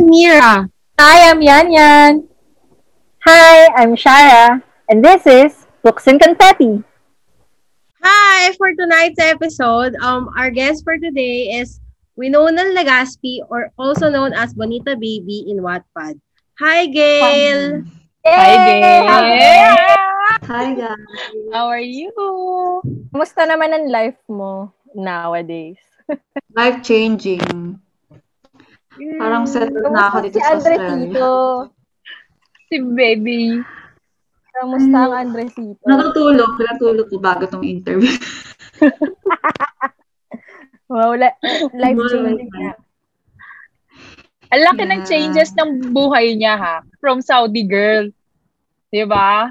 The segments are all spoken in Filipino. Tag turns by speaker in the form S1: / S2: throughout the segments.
S1: Mira.
S2: Hi, I'm Yan Yan.
S3: Hi, I'm Shara, and this is Books and Confetti.
S4: Hi! For tonight's episode, um, our guest for today is Winona Legaspi or also known as Bonita Baby in Wattpad. Hi, Gail!
S3: Hi,
S1: Gail.
S5: Hi guys.
S1: How are you?
S3: Kumusta naman ang life mo nowadays?
S5: Life changing. Parang settled na ako
S3: si
S5: dito sa Australia.
S3: Andresito?
S1: Si baby.
S3: Kamusta ang Andresito?
S5: Natutulog, natulog ko bago tong interview.
S3: Wow, la- life changing na.
S1: Ang laki ng
S5: Yeah.
S1: changes ng buhay niya ha. From Saudi girl. Di ba?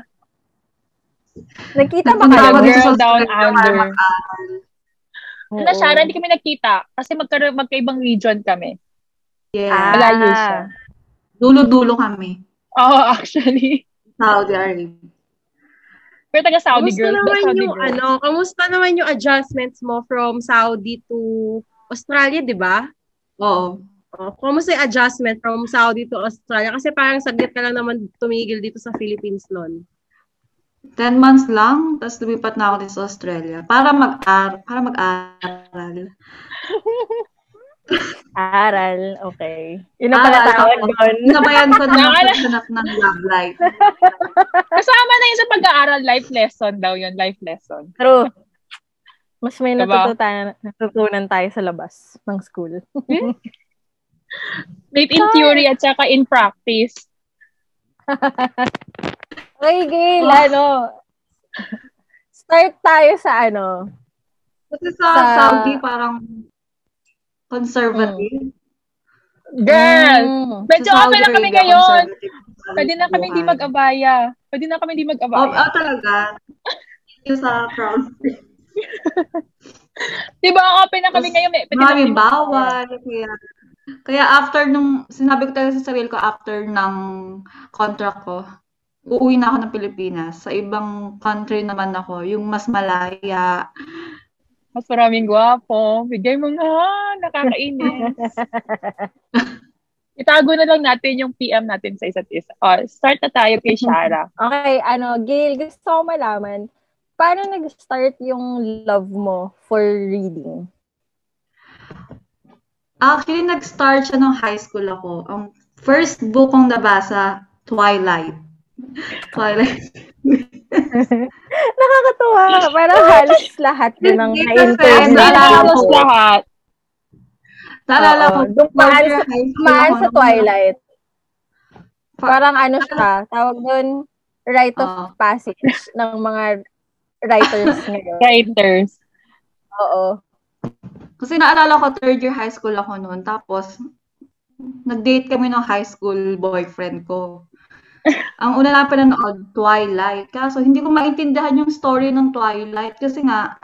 S3: Nakita ba
S5: Napunta
S3: kayo?
S5: ako dito
S1: girl
S5: sa
S1: down
S5: Australia para
S1: under.
S5: mag-aral.
S3: Oo.
S1: Ano siya, hindi kami nakita. Kasi magka- magkaibang region kami.
S5: Yeah.
S3: Ah.
S1: Malayo siya.
S5: Dulo-dulo kami.
S1: Oo, actually.
S5: Saudi Arabia.
S1: Pero taga Saudi
S4: Kamusta
S1: girl.
S4: naman
S1: Saudi
S4: yung,
S1: girl.
S4: ano, kamusta naman yung adjustments mo from Saudi to Australia, di ba?
S5: Oo.
S4: Oh, kamusta yung adjustment from Saudi to Australia? Kasi parang saglit ka lang naman tumigil dito sa Philippines noon.
S5: 10 months lang, tapos lumipat na ako dito sa Australia para mag-aral. Para mag-aral.
S3: Aral, okay. Yun ang pala tawag doon.
S5: Nabayan ko na
S1: Nakala-
S5: maghanap ng love life.
S1: Kasama na yun sa pag-aaral. Life lesson daw yun. Life lesson.
S3: True. Mas may
S1: Diba?
S3: natutunan, natutunan tayo sa labas ng school.
S1: Both in theory at saka in practice.
S3: Okay, Gail, ano? Start tayo sa ano?
S5: Kasi sa,
S3: Sa-
S5: Saudi, parang conservative.
S1: Girl!
S3: Mm.
S1: Medyo
S5: Sa
S1: open
S5: Saudi
S1: na kami
S5: Arabia,
S1: ngayon.
S5: conservative ang
S1: Pwede na kami hindi
S5: buhay.
S1: mag-abaya. Pwede na kami hindi
S5: Oh,
S1: mag-abaya.
S5: oh, talaga. Thank you sa crowd.
S1: Di ba, open na kami
S5: Mas-
S1: ngayon. May, pwede na
S5: Maraming
S1: kami-
S5: bawal. Kaya, kaya after nung, sinabi ko talaga sa sarili ko after ng contract ko, uuwi na ako ng Pilipinas. Sa ibang country naman ako, yung mas malaya.
S1: Mas maraming gwapo. Bigay mo nga. Nakakainis. Itago na lang natin yung PM natin sa isa't isa. Oh, start na tayo kay Shara.
S3: Okay, ano, Gail, gusto ko malaman, paano nag-start yung love mo for reading?
S5: Actually, nag-start siya nung high school ako. Ang first book kong nabasa, Twilight. Twilight.
S3: Nakakatuwa, parang halos lahat yun ang
S5: Hindi
S3: na-interview.
S5: kasi,
S3: Naalala
S1: Halos
S5: ko.
S1: lahat.
S5: Naalala ko,
S3: Oo, dumaan
S5: first year
S3: sa-
S5: high school
S3: Maan
S5: ako
S3: sa
S5: nung-
S3: Twilight,
S5: Pa-
S3: parang ano siya, tawag doon, rite of
S5: Oo.
S3: passage ng mga writers ngayon.
S1: Writers.
S3: Oo.
S5: Kasi naalala ko, third year high school ako noon. Tapos, nag-date kami ng high school boyfriend ko. Ang una na pinanood, Twilight. Kaso, hindi ko maintindihan yung story ng Twilight. Kasi nga,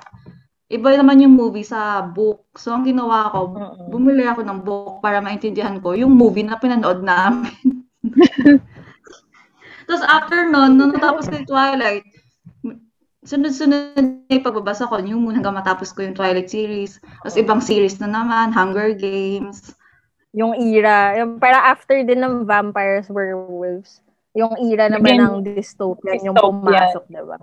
S5: iba naman yung movie sa book. So, ang ginawa ko,
S3: Oo.
S5: bumili ako ng book para maintindihan ko yung movie na pinanood namin. Tapos, after noon, nung natapos ko yung Twilight, sunod-sunod na yung pagbabasa ko, yung muna hanggang matapos ko yung Twilight series. Tapos ibang series na naman, Hunger Games.
S3: Yung era, yung para after din ng vampires, werewolves, yung era naman
S1: Again,
S3: ng dystopian, yung
S1: dystopian.
S3: pumasok, diba?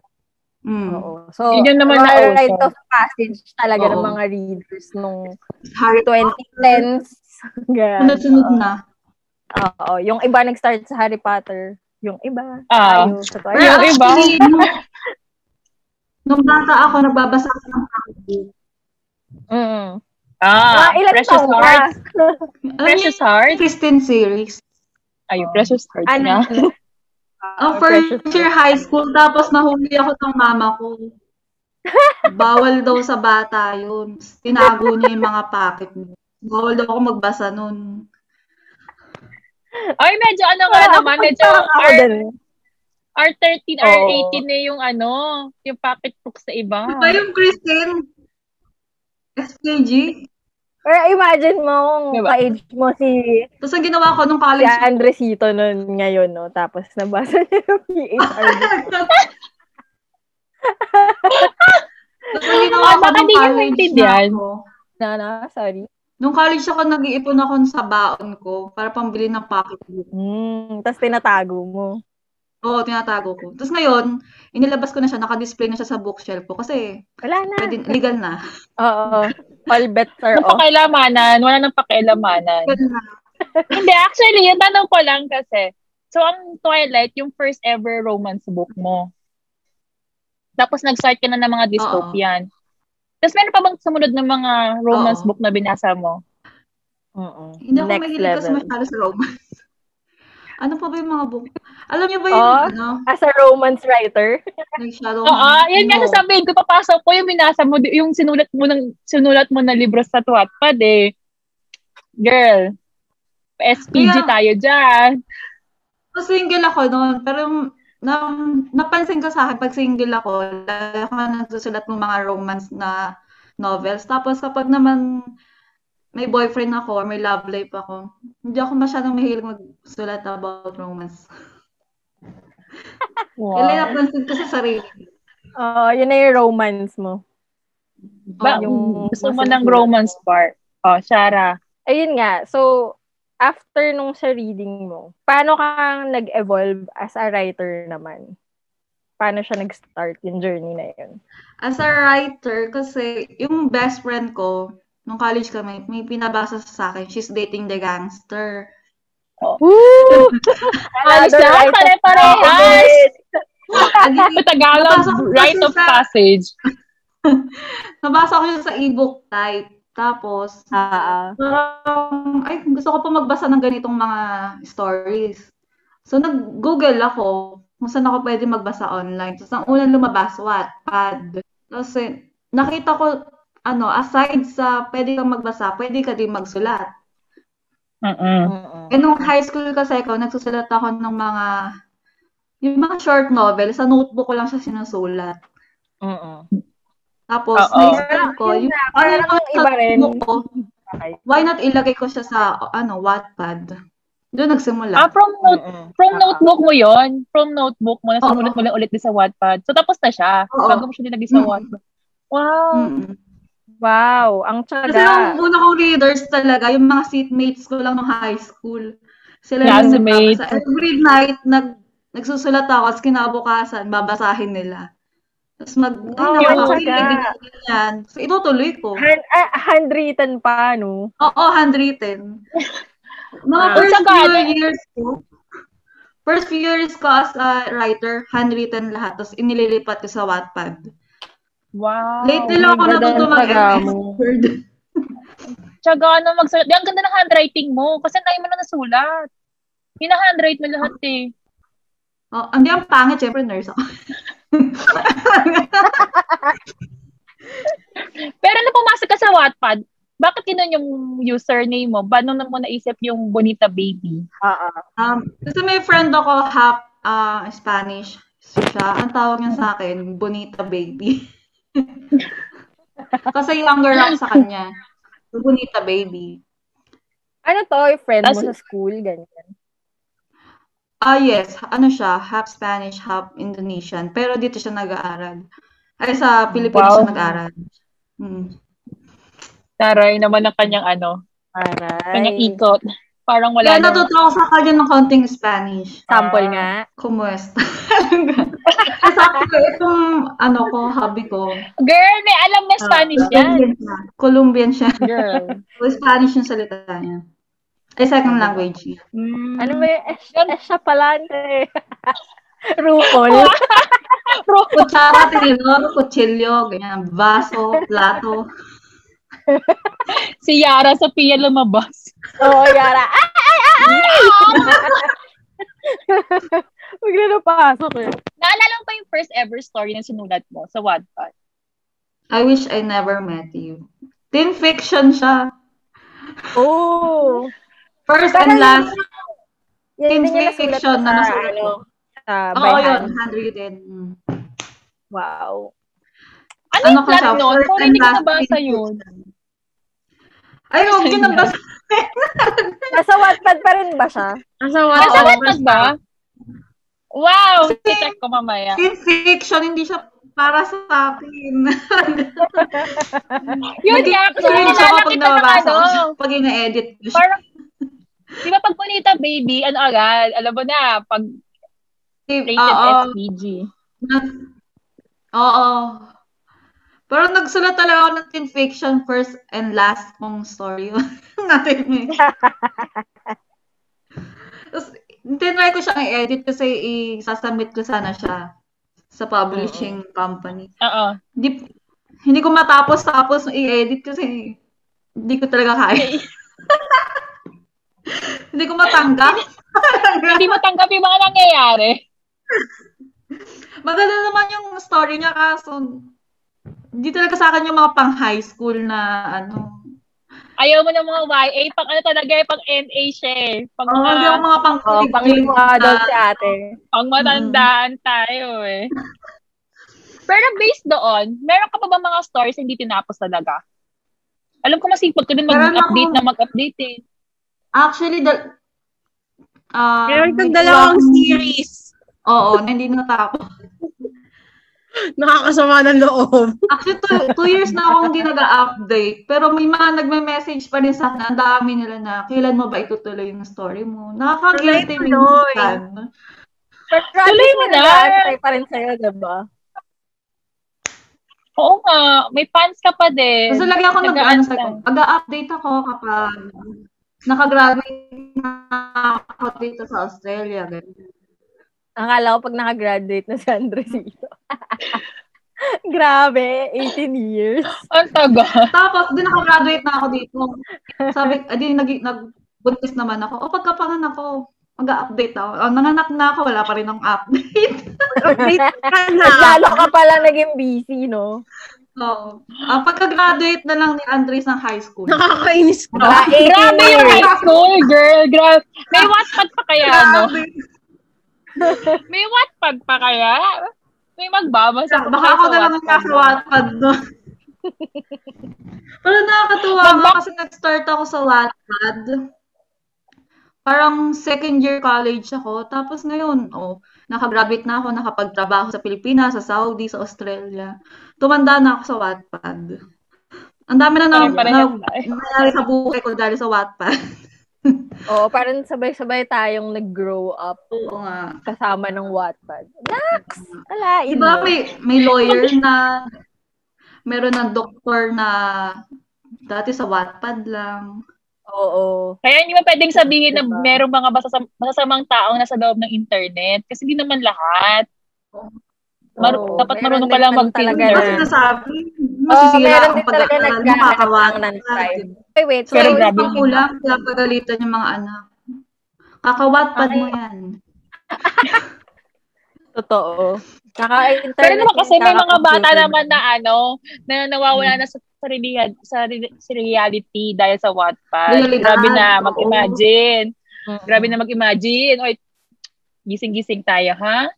S5: Mm.
S3: Oo. So,
S1: Yun yung naman
S3: mga
S1: nauso.
S3: rite of passage talaga ng
S5: Oo.
S3: mga readers nung
S5: Harry
S3: 2010s. Ganun.
S5: Sunod-sunod na.
S3: Oo. Yung iba nag-start sa Harry Potter. Yung iba.
S1: Ah.
S3: tayo sa
S1: Ay,
S3: Twilight.
S1: yung iba?
S5: Actually, nung, nung bata ako, nagbabasa ako ng comic.
S3: Mm.
S1: Ah,
S3: Ah, ilan Ano
S1: precious
S3: taon na?
S5: Alam
S1: heart.
S5: niyo
S1: Precious heart.
S5: yung Christine series.
S1: Ayun, precious heart
S3: Ano?
S1: na.
S5: Ang
S3: Ah,
S5: first
S3: precious-
S5: year high school, tapos nahuli ako ng mama ko. Bawal daw sa bata yun. Tinago niya yung mga packet niya. Bawal daw ako magbasa nun.
S1: Ay, medyo ano nga
S3: Ah,
S1: naman. Medyo
S3: ako
S1: R,
S3: din.
S1: R13,
S3: Oo.
S1: R18 na yung ano, yung pocket book sa iba.
S5: Iba yung Christine. SKG.
S3: Or imagine mo kung
S1: Diba?
S3: ka-age mo si,
S5: Tapos ang ginawa ko nung
S3: si
S5: college
S3: Andresito nun ngayon, no? Tapos nabasa niya yung PHR.
S5: Tapos ang ginawa
S1: Ah,
S5: ko
S1: baka
S5: nung
S1: di niyo
S5: college na
S1: maintindihan.
S5: ako.
S3: na, na, sorry.
S5: Nung college ako, nag-iipon ako sa baon ko para pambili ng pocketbook.
S3: Mm, tapos tinatago mo.
S5: Oo, tinatago ko. Tapos ngayon, inilabas ko na siya, nakadisplay na siya sa bookshelf ko kasi
S3: Wala na.
S5: pwede, legal na.
S3: Oo. All bets are
S1: Walang
S3: off.
S1: pakialamanan, wala nang pakialamanan.
S5: Legal na.
S1: Hindi, actually, yung tanong ko lang kasi, so ang Twilight, yung first ever romance book mo. Tapos nag-start ka na ng mga dystopian. Tapos meron pa bang sumunod ng mga romance
S5: Oo.
S1: book na binasa mo?
S3: Oo.
S5: Hindi ako
S3: Next
S5: mahilig kasi
S3: level.
S5: masyado sa romance. ano pa ba yung mga book? Alam niyo ba yung,
S3: Oo.
S5: ano,
S3: As a romance writer.
S5: like shadow?
S1: Oo, yun nga
S5: No.
S1: sasabihin ko, papasok ko yung binasa mo, di- yung sinulat mo ng, sinulat mo na libro sa Wattpad eh. Girl, SPG
S5: Kaya-
S1: tayo dyan.
S5: So, single ako noon, pero na, napansin ko sa akin, pag single ako, lalo ako nagsusulat ng mga romance na novels. Tapos kapag naman may boyfriend ako or may love life ako, hindi ako masyadong mahilig magsulat about romance. Wow. Kailan
S1: Wow.
S5: napansin ko sa sarili.
S3: Oo, yun na yung romance mo.
S1: Ba,
S3: yung
S1: gusto mo
S3: masarap
S1: ng
S3: na-
S1: romance part? Oh, Shara.
S3: Ayun nga. So, after nung sa reading mo, paano ka nag-evolve as a writer naman? Paano siya nag-start yung journey na yun?
S5: As a writer, kasi yung best friend ko, nung college kami, may pinabasa sa akin, she's dating the gangster.
S3: Woo!
S1: Ayos na, pare-parehas!
S5: Adi,
S1: Tagalog,
S5: Napasok ko
S1: rite
S5: kasi
S1: of
S5: sa-
S1: passage.
S5: nabasa ko yun sa ebook type. Tapos,
S3: Ah, ah.
S5: parang, ay, gusto ko pa magbasa ng ganitong mga stories. So, nag-google ako kung saan ako pwede magbasa online. Tapos, ang unang lumabas, Wattpad. Tapos, eh, nakita ko, ano, aside sa pwede kang magbasa, pwede ka din magsulat.
S1: Mm-mm.
S3: Mm-mm.
S5: Eh, nung high school kasi ako, nagsusulat ako ng mga, yung mga short novel, sa notebook ko lang siya sinusulat.
S3: Mm-mm.
S5: Tapos,
S1: Oo.
S5: naisip ko,
S3: Yun
S5: yung,
S3: na, parang
S5: yung
S3: iba rin.
S5: notebook ko,
S3: Okay.
S5: why not ilagay ko siya sa, ano, Wattpad. Doon nagsimula.
S1: Ah, from note,
S3: Mm-mm.
S1: from
S3: Ah,
S1: notebook mo yon From notebook mo,
S5: Oo.
S1: nasumulat mo lang ulit din sa Wattpad. So, tapos na siya.
S5: Oo.
S1: Bago mo siya nilagay sa
S5: Mm.
S1: Wattpad. Wow.
S5: Mm.
S3: Wow, ang
S5: Kasi
S3: tsaga.
S5: yung una kong readers talaga, yung mga seatmates ko lang nung high school. Sila yung
S1: Classmates.
S5: nagbabasa. Every night, nag, nagsusulat ako, tapos kinabukasan, babasahin nila. Tapos mag,
S3: Wow,
S5: ay,
S1: ang
S5: napakahilig,
S3: tsaga.
S5: ganyan, ganyan. So, itutuloy ko.
S3: Hand, ah, handwritten pa, no?
S5: Oo, handwritten. Mga
S1: Ah.
S5: first
S1: Saka,
S5: few
S1: ano-
S5: years ko, first few years ko as a writer, handwritten lahat. Tapos inililipat ko sa Wattpad.
S1: Wow.
S5: Lately lang ako
S3: ganda ng
S5: natuto
S3: taga
S5: mag-MS
S3: mo.
S5: Word.
S1: Tsaka ano magsulat. Di, Ang ganda ng handwriting mo. Kasi ang dami mo na nasulat. Hina-handwrite mo lahat eh.
S5: Oh, hindi ang pangit, syempre nurse ako.
S1: Pero nung pumasok ka sa Wattpad, bakit yun yung username mo? Ba, nung mo naisip yung Bonita Baby?
S3: Oo.
S5: Um, kasi may friend ako, half ah, Spanish siya. Ang tawag niya sa akin, Bonita Baby. kasi younger ako sa kanya. So, Bonita Baby.
S3: Ano to, yung friend mo
S1: Tas-
S3: sa school, ganyan.
S5: Ah, yes. Ano siya? Half Spanish, half Indonesian. Pero dito siya nag-aaral. Ay, sa Pilipinas
S1: Wow.
S5: siya nag-aaral. Hmm.
S1: Taray naman ang kanyang ano, kanyang
S3: Aray.
S1: ikot. Parang wala
S5: Kaya
S1: nang-
S5: natuto ako sa kanya ng konting Spanish.
S3: Sample
S1: Ah.
S3: nga.
S5: Kumusta? Kasi sabi ko, itong ano ko, hobby ko.
S1: Girl, may
S5: Ah.
S1: alam na Spanish yan.
S5: Colombian siya. Colombian siya.
S1: Girl.
S5: So, Spanish yung salita niya. Ay, second language niya.
S1: Mm.
S3: Ano ba yun? Es, esya palante. Rupol.
S5: Kutsara, tinilor, kutsilyo, ganyan. Vaso, plato.
S1: Si Yara sa Pia lumabas.
S3: Oo, Yara. Ay, ay, ay, ay! Huwag na napasok eh.
S1: Naalala mo pa yung first ever story na sinulat mo sa Wattpad?
S5: I wish I never met you. Teen fiction siya.
S3: Oo.
S5: First
S3: Pero
S5: and
S3: yun
S5: Oh. last.
S3: Yan
S5: Teen
S3: din yung nasulat
S5: fiction
S3: ko
S5: na
S3: sa,
S5: nasulat ko.
S3: ano, sa
S5: Oo,
S3: by
S5: yun.
S3: hand.
S5: Handwritten. Mm.
S3: Wow.
S1: Ano,
S5: Ano
S1: yung
S5: ko
S1: plot
S5: siya?
S1: nun?
S5: First
S1: Kung
S5: and
S1: hindi ko
S5: last
S1: nabasa
S5: teen
S1: yun.
S5: fiction. Ay, huwag
S1: First
S5: yun
S1: and
S5: ang basa.
S3: Nasa Wattpad pa rin ba siya?
S4: Asa what?
S1: Nasa Wattpad ba? Wow!
S5: Kasi-
S1: I-check ko mamaya.
S5: Since fiction, hindi siya para sa akin.
S1: Yun nga, kasi
S5: Nag-cringe ako
S1: nilalaki
S5: pag
S1: na ng
S5: nababasa
S1: ano.
S5: ko siya, pag ina-edit ko siya.
S1: Parang, di ba pag Bonita Baby, ano agad, alam mo na, pag rated
S5: Oo.
S1: SPG.
S5: Na- Oo. Pero nagsulat talaga ako ng teen fiction first and last kong story. Natin eh. Tapos, tinry ko siyang i-edit kasi i-sasubmit ko sana siya sa publishing company.
S1: Oo.
S5: Hindi, hindi ko matapos tapos i-edit kasi hindi ko talaga kaya. hindi ko matanggap.
S1: Hindi mo tanggap yung mga nangyayari.
S5: Maganda naman yung story niya kaso hindi talaga sa akin yung mga pang high school na ano.
S1: Ayaw mo ng mga YA, pang ano talaga, eh, pang NA siya eh. Pang,
S5: Oh,
S1: mga,
S5: hindi
S4: Ah.
S5: ako mga pang
S3: Oh, pang
S5: college
S3: adult
S5: na-
S3: si ate.
S1: pang matandaan
S5: Mm.
S1: tayo eh. Pero based doon, meron ka pa ba mga stories hindi tinapos talaga? Alam ko masipag ka din
S5: Meron
S1: mag-update
S5: ako.
S1: na mag-update eh.
S5: Actually, dal- ah,
S4: Meron kang
S5: may
S4: dalawang
S5: dalawang-
S4: series.
S5: Oo, na hindi natapos.
S4: Nakakasama ng loob.
S5: Actually, two, two years na akong hindi nag-update. Pero may mga nagme-message pa rin sa akin. Ang dami nila na, kailan mo ba itutuloy yung story mo? Nakaka-guilty
S4: Tuloy, tuloy.
S5: minsan.
S3: Pero at
S1: Tuloy
S3: least
S1: mo
S3: may
S1: na!
S3: nag-aantay pa rin sa'yo, diba?
S1: Oo nga, may fans ka pa din.
S5: Kasi lagi ako nag ano sa
S1: Nag-aantay.
S5: Nag-update ako kapag nakagraduate na ako dito sa Australia. ganyan.
S3: Akala ko pag nakagraduate na si Andresito. Grabe, 18 years.
S1: Ang tagal.
S5: Tapos, di nakagraduate na ako dito. Sabi, ah, di, nag, nagbuntis naman ako. O, pagkapanganak ako, mag-update ako. O, nanganak na ako, wala pa rin akong update.
S4: Update ka
S5: Ano?
S4: na.
S3: Mas lalo ka pala naging busy, no?
S5: So, ah, pagka-graduate na lang ni Andres ng high school.
S4: Nakakainis ka.
S3: Mga 18
S1: Grabe yung
S3: Ah, years.
S1: high school, girl. Grabe. May Wattpad pa kaya, no? May Wattpad pa kaya? May magbabasa pa
S5: Baka
S1: kaya
S5: ako
S1: sa
S5: na lang ang
S1: Wattpad, no?
S5: nasa-Wattpad doon. Pero nakakatuwa nga
S1: Magbak-
S5: kasi nag-start ako sa Wattpad. Parang second year college ako. Tapos ngayon, oh, nakagraduate na ako, nakapagtrabaho sa Pilipinas, sa Saudi, sa Australia. Tumanda na ako sa Wattpad. Ang dami na nang na,
S1: Pare-parehas tayo.
S5: nangyari sa buhay ko dahil sa Wattpad.
S3: Oo, parang sabay-sabay tayong nag-grow up
S5: Oo nga.
S3: kasama ng Wattpad. Nax! Ala,
S5: Di
S3: ino.
S5: ba may, eh. may lawyer na meron ng doktor na dati sa Wattpad lang.
S3: Oo.
S1: Kaya hindi mo pwedeng sabihin na
S3: Diba?
S1: merong mga masasam- masasamang taong nasa loob ng internet. Kasi hindi naman lahat. Mar-
S3: Oo,
S1: dapat
S3: meron
S1: marunong
S3: din
S1: ka lang
S3: naman
S1: mag-filter.
S5: Hindi
S3: talaga
S5: ko
S3: na-
S5: sinasabi.
S3: Oo,
S5: Masisira
S3: meron
S5: ang
S3: din talaga
S5: pag-aaral mo,
S3: naghahanap
S5: kakawalan
S3: ng
S5: ka,
S3: non-crime.
S5: diba?
S3: Ay, wait.
S5: So,
S1: Pero
S5: yung
S1: grabe
S5: isang
S1: yun.
S5: kulang, pinapagalitan yung mga anak. Kakawatpad mo yan.
S3: Totoo. Kaka-internet.
S1: Pero naman kasi may mga bata
S3: nakaka-computer.
S1: naman na ano, na nawawala
S3: Hmm.
S1: na sa sa, reali- sa, re- sa reality dahil sa Wattpad.
S5: Realidad,
S1: Grabe na
S3: ah,
S5: oo.
S1: mag-imagine.
S3: Mm-mm.
S1: Grabe na mag-imagine. Oy, gising-gising tayo, ha?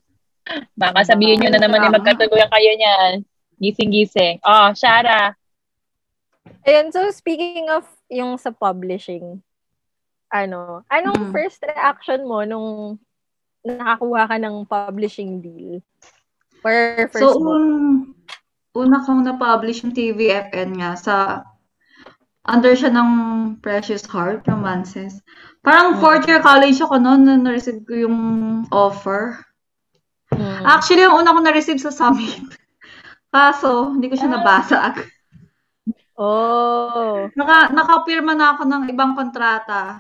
S1: Baka sabihin nyo na naman
S5: Tama.
S1: yung magkatuluyan kayo niyan. Gising-gising. Oh, Shara.
S3: Ayun, so speaking of yung sa publishing, ano, anong
S5: Mm.
S3: first reaction mo nung nakakuha ka ng publishing deal? Or first
S5: So,
S3: book?
S5: un, una kong na-publish yung TVFN nga sa under siya ng Precious Heart Romances.
S3: Mm.
S5: Parang fourth year college ako noon na na-receive ko yung offer.
S3: Mm.
S5: Actually, yung una ko na-receive sa summit. Kaso, hindi ko
S3: Ah.
S5: siya nabasa agad.
S3: Oh.
S5: Naka, nakapirma na ako ng ibang kontrata.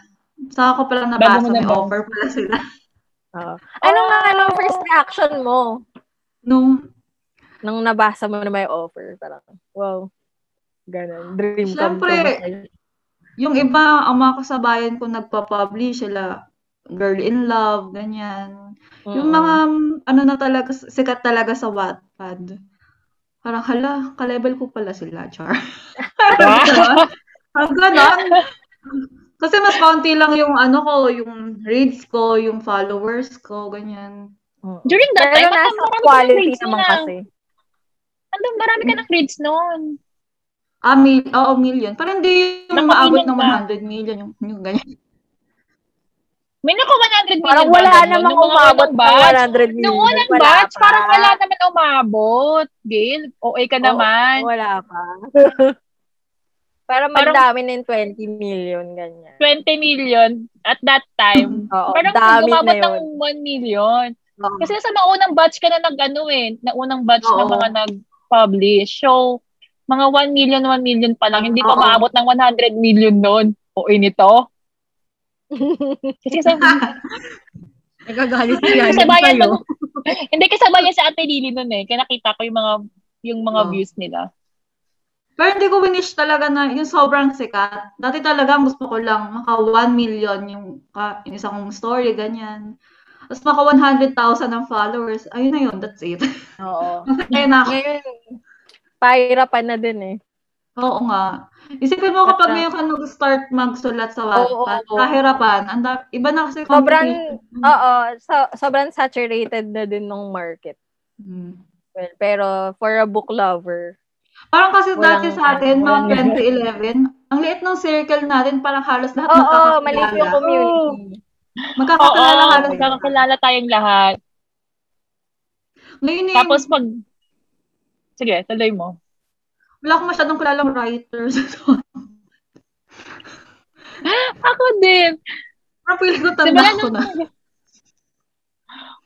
S5: Saka ko palang
S1: Bago
S5: nabasa,
S1: mo
S5: may
S1: nabasa.
S5: offer pala sila.
S3: Oo. Anong,
S5: Ah.
S3: anong Ano first reaction mo
S5: Nung
S3: nung nabasa mo na may offer? Parang, wow. Ganun. Dream come
S5: Siyempre.
S3: true.
S5: yung iba, ang mga kasabayan ko nagpa-publish sila, Girl in Love, ganyan. Yung
S3: Ah.
S5: mga, mm, ano na talaga, sikat talaga sa Wattpad. Parang, hala, ka-level ko pala sila, Char.
S1: Wow.
S5: Ang ganon. Kasi mas kaunti lang yung ano ko, yung reads ko, yung followers ko, ganyan.
S3: Mm-mm.
S1: During that
S3: Pero
S1: time, ang
S3: nasa
S1: marami ka ng
S3: quality
S1: grades
S3: naman
S1: na.
S3: kasi.
S1: Ang dami- marami ka ng grades noon.
S5: Ah, mil, oo, million. Parang hindi yung
S1: Naka-million
S5: maabot ng
S1: ka.
S5: 100 million, yung, yung ganyan.
S1: May naku 100 million
S3: Parang
S1: ba
S3: wala
S1: nun?
S3: namang
S1: Nung mga
S3: umabot
S1: unang
S3: pa
S1: batch?
S3: 100 million.
S1: Nung unang
S3: Wala
S1: batch,
S3: pa.
S1: parang wala naman umabot. Gail, okay ka
S3: Oo,
S1: naman.
S3: Wala pa. parang
S1: Parang-
S3: magdami na yung 20 million, ganyan.
S1: 20 million at that time.
S3: Oo,
S1: parang
S3: Mm. dami
S1: umabot
S3: na yun.
S1: ng 1 million.
S5: Oo.
S1: Kasi sa mga unang batch ka na nag-ano eh, na unang batch na
S5: Oo.
S1: mga nag-publish. So, mga 1 million, 1 million pa lang. Hindi pa
S5: Oo.
S1: maabot ng 100 million noon. O eh, nito. Kasi sa,
S4: Nagagalit si Yanin
S1: kasi bayan
S4: sa'yo.
S1: mo. Hindi kasi bayan sa Ate Lily noon eh. Kaya nakita ko yung mga yung mga
S5: Oo.
S1: views nila.
S5: Pero hindi ko winish talaga na yung sobrang sikat. Dati talaga ang gusto ko lang maka 1 million yung, ka, yung isa kong story, ganyan. Tapos maka 100,000 ang followers. Ayun na yun, that's it.
S3: Oo.
S5: Ayun na ako.
S3: Ngayon, pahirapan na din eh.
S5: Oo nga. Isipin mo kapag
S3: At-
S5: ngayon ka nag-start magsulat sa
S3: Oo,
S5: Wattpad,
S3: oo.
S5: kahirapan. Ang da- iba na kasi
S3: Sobrang,
S5: competition.
S3: oo, so, sobrang saturated na din ng market.
S5: Mm.
S3: Well, pero for a book lover,
S5: Parang kasi
S3: Walang- ano,
S5: dati sa atin, mga
S3: walang-
S5: 2011, ang liit ng circle natin, parang halos lahat
S3: oo, maliit yung
S5: magkakakilala.
S3: community.
S5: Magkakakilala
S1: Oo,
S5: halos lahat.
S1: magkakakilala tayong lahat.
S5: Ngayon eh,
S1: Tapos pag... Sige, tuloy mo.
S5: wala akong masyadong kilalang writers.
S1: Ako din.
S5: parang feeling ko
S1: Di ba
S5: tanda ko na.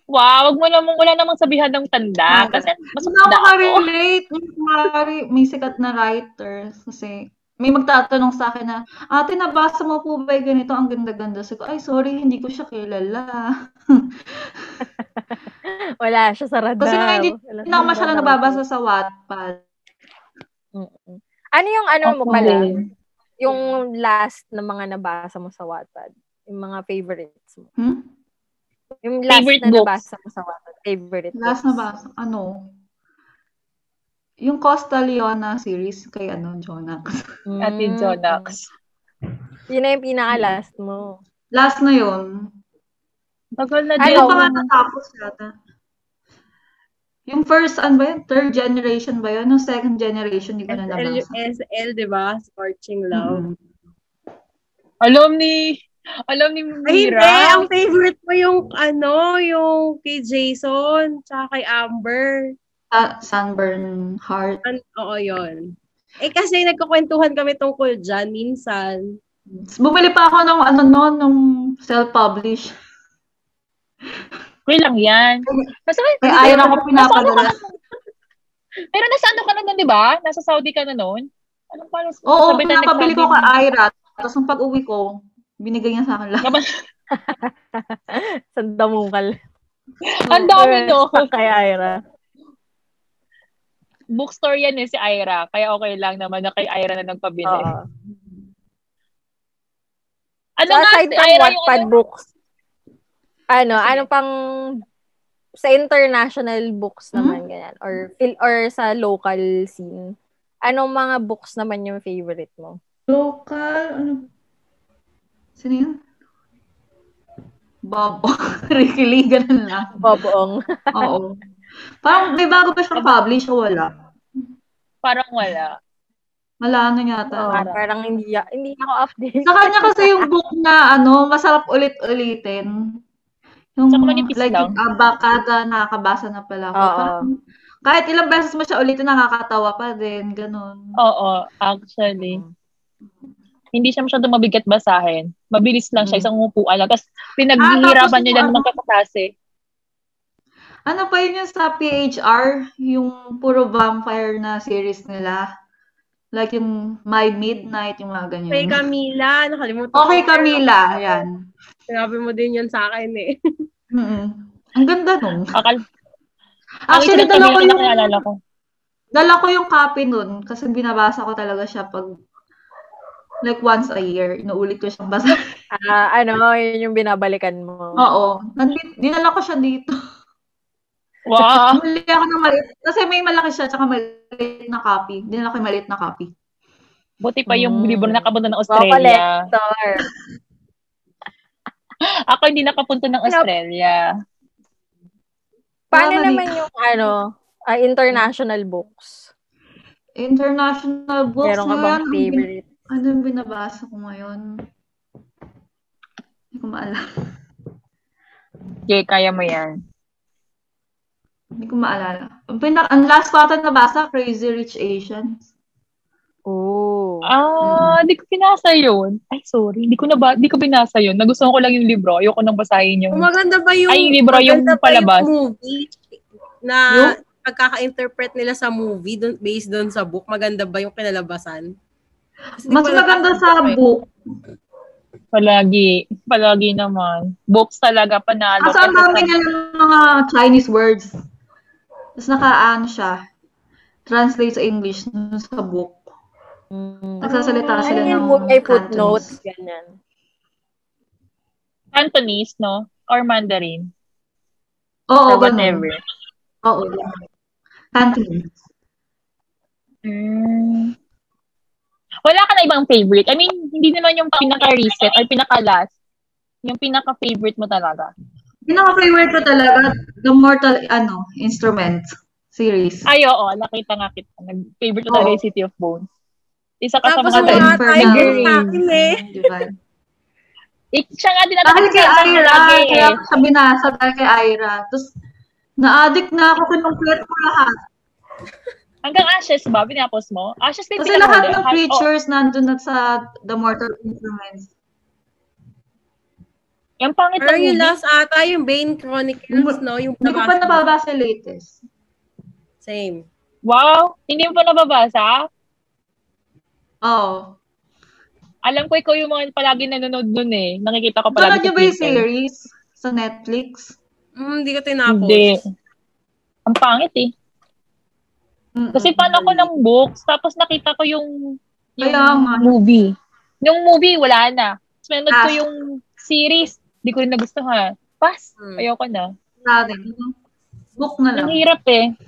S1: Wow, wag mo namang, wala namang sabihan ng
S5: Ah,
S1: tanda. Kasi mas
S5: Hindi ako
S1: tanda ako.
S5: makarelate. Mas mari- May sikat na writers. Kasi may magtatanong sa akin na, ate, nabasa mo po ba yung ganito? Ang ganda-ganda. Sabi ko, ay, sorry, hindi ko siya kilala.
S3: Wala siya sa radar.
S5: Oh. Kasi nga, hindi,
S3: Wala
S5: hindi ako
S3: sa
S5: masyadong
S3: radar.
S5: nababasa sa Wattpad.
S3: Mm-mm. Ano yung ano mo
S1: Ako
S3: pala?
S1: din.
S3: Yung last na mga nabasa mo sa Wattpad? Yung mga favorites mo?
S5: Hmm?
S3: Yung last
S1: Favorite
S3: na
S1: books.
S3: nabasa mo sa Wattpad? Favorite books.
S5: Last na ba? Ano? Yung Costa Leona series kay ano, Jonax.
S3: Mm.
S1: Ate Jonax.
S3: Yun na yung pinaka-last mo.
S5: Last na yun.
S1: Tagal na
S5: Hindi
S1: din.
S3: Ano?
S5: ko pa nga natapos yata. Yung first, ano ba yun? Third generation ba yun? Yung second generation, hindi ko na nabasa.
S4: SL, di ba? Scorching Love.
S5: Mm-mm.
S1: Alam ni, alam ni
S4: Ay, hindi.
S1: Mira.
S4: Ang favorite mo yung, ano, yung kay Jason, tsaka kay Amber.
S5: Sa Ah, Sunburn Heart.
S4: An Oo, yun. Eh, kasi nagkukwentuhan kami tungkol dyan minsan.
S5: Bumili pa ako ng ano no, nung self-publish.
S1: Okay lang yan. Nasa,
S5: Kay
S1: nasa-
S5: Ira ko
S1: nasa-
S5: pinapadala.
S1: ano ka na- Pero nasa ano ka na nun, di ba? Nasa Saudi ka na nun? Anong paano?
S5: Oo,
S1: sabi na
S5: pinapabili
S1: nag-Saudi
S5: ko kay
S1: na-
S5: Ira. Tapos nung pag-uwi ko, binigay niya sa akin lahat.
S1: Naman-
S3: Sa damungkal.
S1: Ang dami, no?
S3: Pa kay Ira.
S1: Bookstore yan eh, si Ira. Kaya okay lang naman na kay Ira na nagpabili.
S3: Oo.
S1: Ano
S3: So,
S1: nga,
S3: aside
S1: si
S3: from
S1: Ira yung
S3: Wattpad
S1: ano?
S3: books, ano,
S1: Sige.
S3: ano pang sa international books
S1: Mm-hmm.
S5: Hmm?
S3: naman ganyan or fil- or sa local scene. Anong mga books naman yung favorite mo?
S5: Local, ano? Sino yun? Bobo. Ricky Lee, ganun lang.
S3: Boboong.
S5: Oo. Parang may bago pa
S1: Diba?
S5: siya publish o wala?
S1: Parang wala.
S5: Wala ano yata.
S3: Oo,
S1: Parang.
S3: Ah, parang hindi a- hindi ako update.
S5: Sa kanya kasi yung book na ano, masarap ulit-ulitin. Yung
S1: Tsaka manipis
S5: like
S1: lang.
S5: abakada nakakabasa na pala ako.
S3: Oo.
S5: Parang, kahit ilang beses mo siya ulitin, nakakatawa pa din. Ganun.
S1: Oo, actually. Hindi siya masyadong mabigat basahin. Mabilis lang siya,
S5: Mm.
S1: isang upuan lang. Tapos
S5: Ah, tapos
S1: pinaghihirapan niya lang
S5: yung
S1: ng magkakaklase.
S5: Ano pa yun yung sa PHR? Yung puro vampire na series nila. Like yung My Midnight, yung mga ganyan.
S4: Kay Camila, nakalimutan ko.
S5: Okay, Mm. Oh, Camila. Ayan.
S4: Sinabi mo din yun sa akin eh.
S5: Mm-mm. Ang ganda nun.
S1: Akal,
S5: Actually,
S1: ang isang
S5: dala ko
S1: Camila
S5: yung,
S1: na naalala ko.
S5: dala ko yung copy nun kasi binabasa ko talaga siya pag like once a year. Inuulit ko siyang basa.
S3: Ah, ano, yun yung binabalikan mo.
S1: Oh.
S5: Oo. Nandito, dinala ko siya dito.
S3: Ah.
S1: Wow.
S5: Bumili ako ng maliit. Kasi may malaki siya tsaka maliit na copy. Dinala ko yung maliit na copy.
S1: Buti pa
S3: Mm.
S1: yung libro nakapunta ng
S3: Wow,
S1: Australia.
S3: collector.
S1: Ako hindi nakapunta ng Australia.
S3: Paano
S5: Wala na
S3: naman yung ano, ah, international books?
S5: International books
S3: Meron ka
S5: ngayon.
S3: bang favorite?
S5: Ano yung binabasa ko ngayon? Hindi ko maalala.
S1: Jay, kaya mo yan.
S5: Hindi ko maalala. Ang, pinak- ang last ko ata nabasa, Crazy Rich Asians.
S3: Oh.
S1: Ah, di ko binasa yun. Ay, sorry. Di ko, na ba, di ko binasa yun. Nagustuhan ko lang yung libro. Ayoko nang basahin yung...
S4: Kung maganda pa yung,
S1: Ay, libro yung
S4: maganda pa
S1: palabas.
S4: movie na
S5: Yung?
S4: pagkaka-interpret nila sa movie dun, based doon sa book, maganda ba yung kinalabasan? Kasi di
S5: Mas
S4: ko alam
S5: maganda
S4: kung
S5: sa
S4: ano eh.
S5: book.
S1: Palagi. Palagi naman. Books talaga, panalo.
S5: Kaso ang
S1: Kasi
S5: dami
S1: Ano sa-
S5: niya ng mga Chinese words. Tapos nakaano siya. Translate sa English dun sa book.
S3: Mm.
S1: Ah.
S5: Nagsasalita
S3: Ano
S5: sila ng
S3: yung book ay footnotes?
S5: Cantonese.
S3: Ganyan.
S1: Cantonese, no? Or Mandarin.
S5: Oo,
S1: or
S5: ganun.
S1: whatever.
S5: Oo, ganun. Cantonese.
S1: Mm. Wala ka na ibang favorite. I mean, hindi naman yung pinaka-recent or pinaka-last. Yung pinaka-favorite mo talaga.
S5: Pinaka-favorite ko talaga, The Mortal, ano, Instrument series.
S1: Ay, oo. Nakita nga kita. Nag-favorite ko talaga
S5: Oo.
S1: yung City of Bones. Isa ka sa
S4: Tapos
S1: mga
S4: yung mga
S5: Infernal.
S4: tiger sa akin eh.
S5: Di ba?
S1: Ik, Eh, siya nga din natin
S5: Dahil kay
S1: kasama
S5: Ira,
S1: lagi
S5: kaya
S1: eh.
S5: ako siya binasa dahil kay Ira. Tapos, na-addict na ako kinumplet ko lahat.
S1: Hanggang Ashes ba? Binapos mo? Ashes ba yung
S5: Kasi lahat
S1: pinakahuli?
S5: ng
S1: Ah,
S5: creatures nandun na sa The Mortal Instruments.
S1: Oh, yung pangit
S4: eh. Pero
S1: ng
S4: yung
S1: movie.
S4: last ata, yung Bane Chronicles, no? Yung
S5: Hindi ko pa
S4: nabasa ko.
S5: nababasa yung latest.
S4: Same.
S1: Wow! Hindi mo pa nababasa?
S5: Oo.
S1: Alam ko ikaw yung mga palagi nanonood nun eh. Nakikita ko palagi
S5: Napanood niyo
S1: sa
S5: ba yung
S1: Twitter.
S5: series sa Netflix?
S4: Mm, hindi ko tinapos.
S1: Hindi. Ang pangit eh.
S5: Mm-mm.
S1: Kasi fan ako ng books, tapos nakita ko yung, yung
S5: Kaya nga.
S1: movie. Yung movie, wala na. Tapos nanood ko
S5: Pass.
S1: yung series, di ko rin nagustuhan. Pass.
S4: Hmm.
S1: Ayoko na.
S5: Natin. Book Mm. na lang.
S1: Ang hirap eh.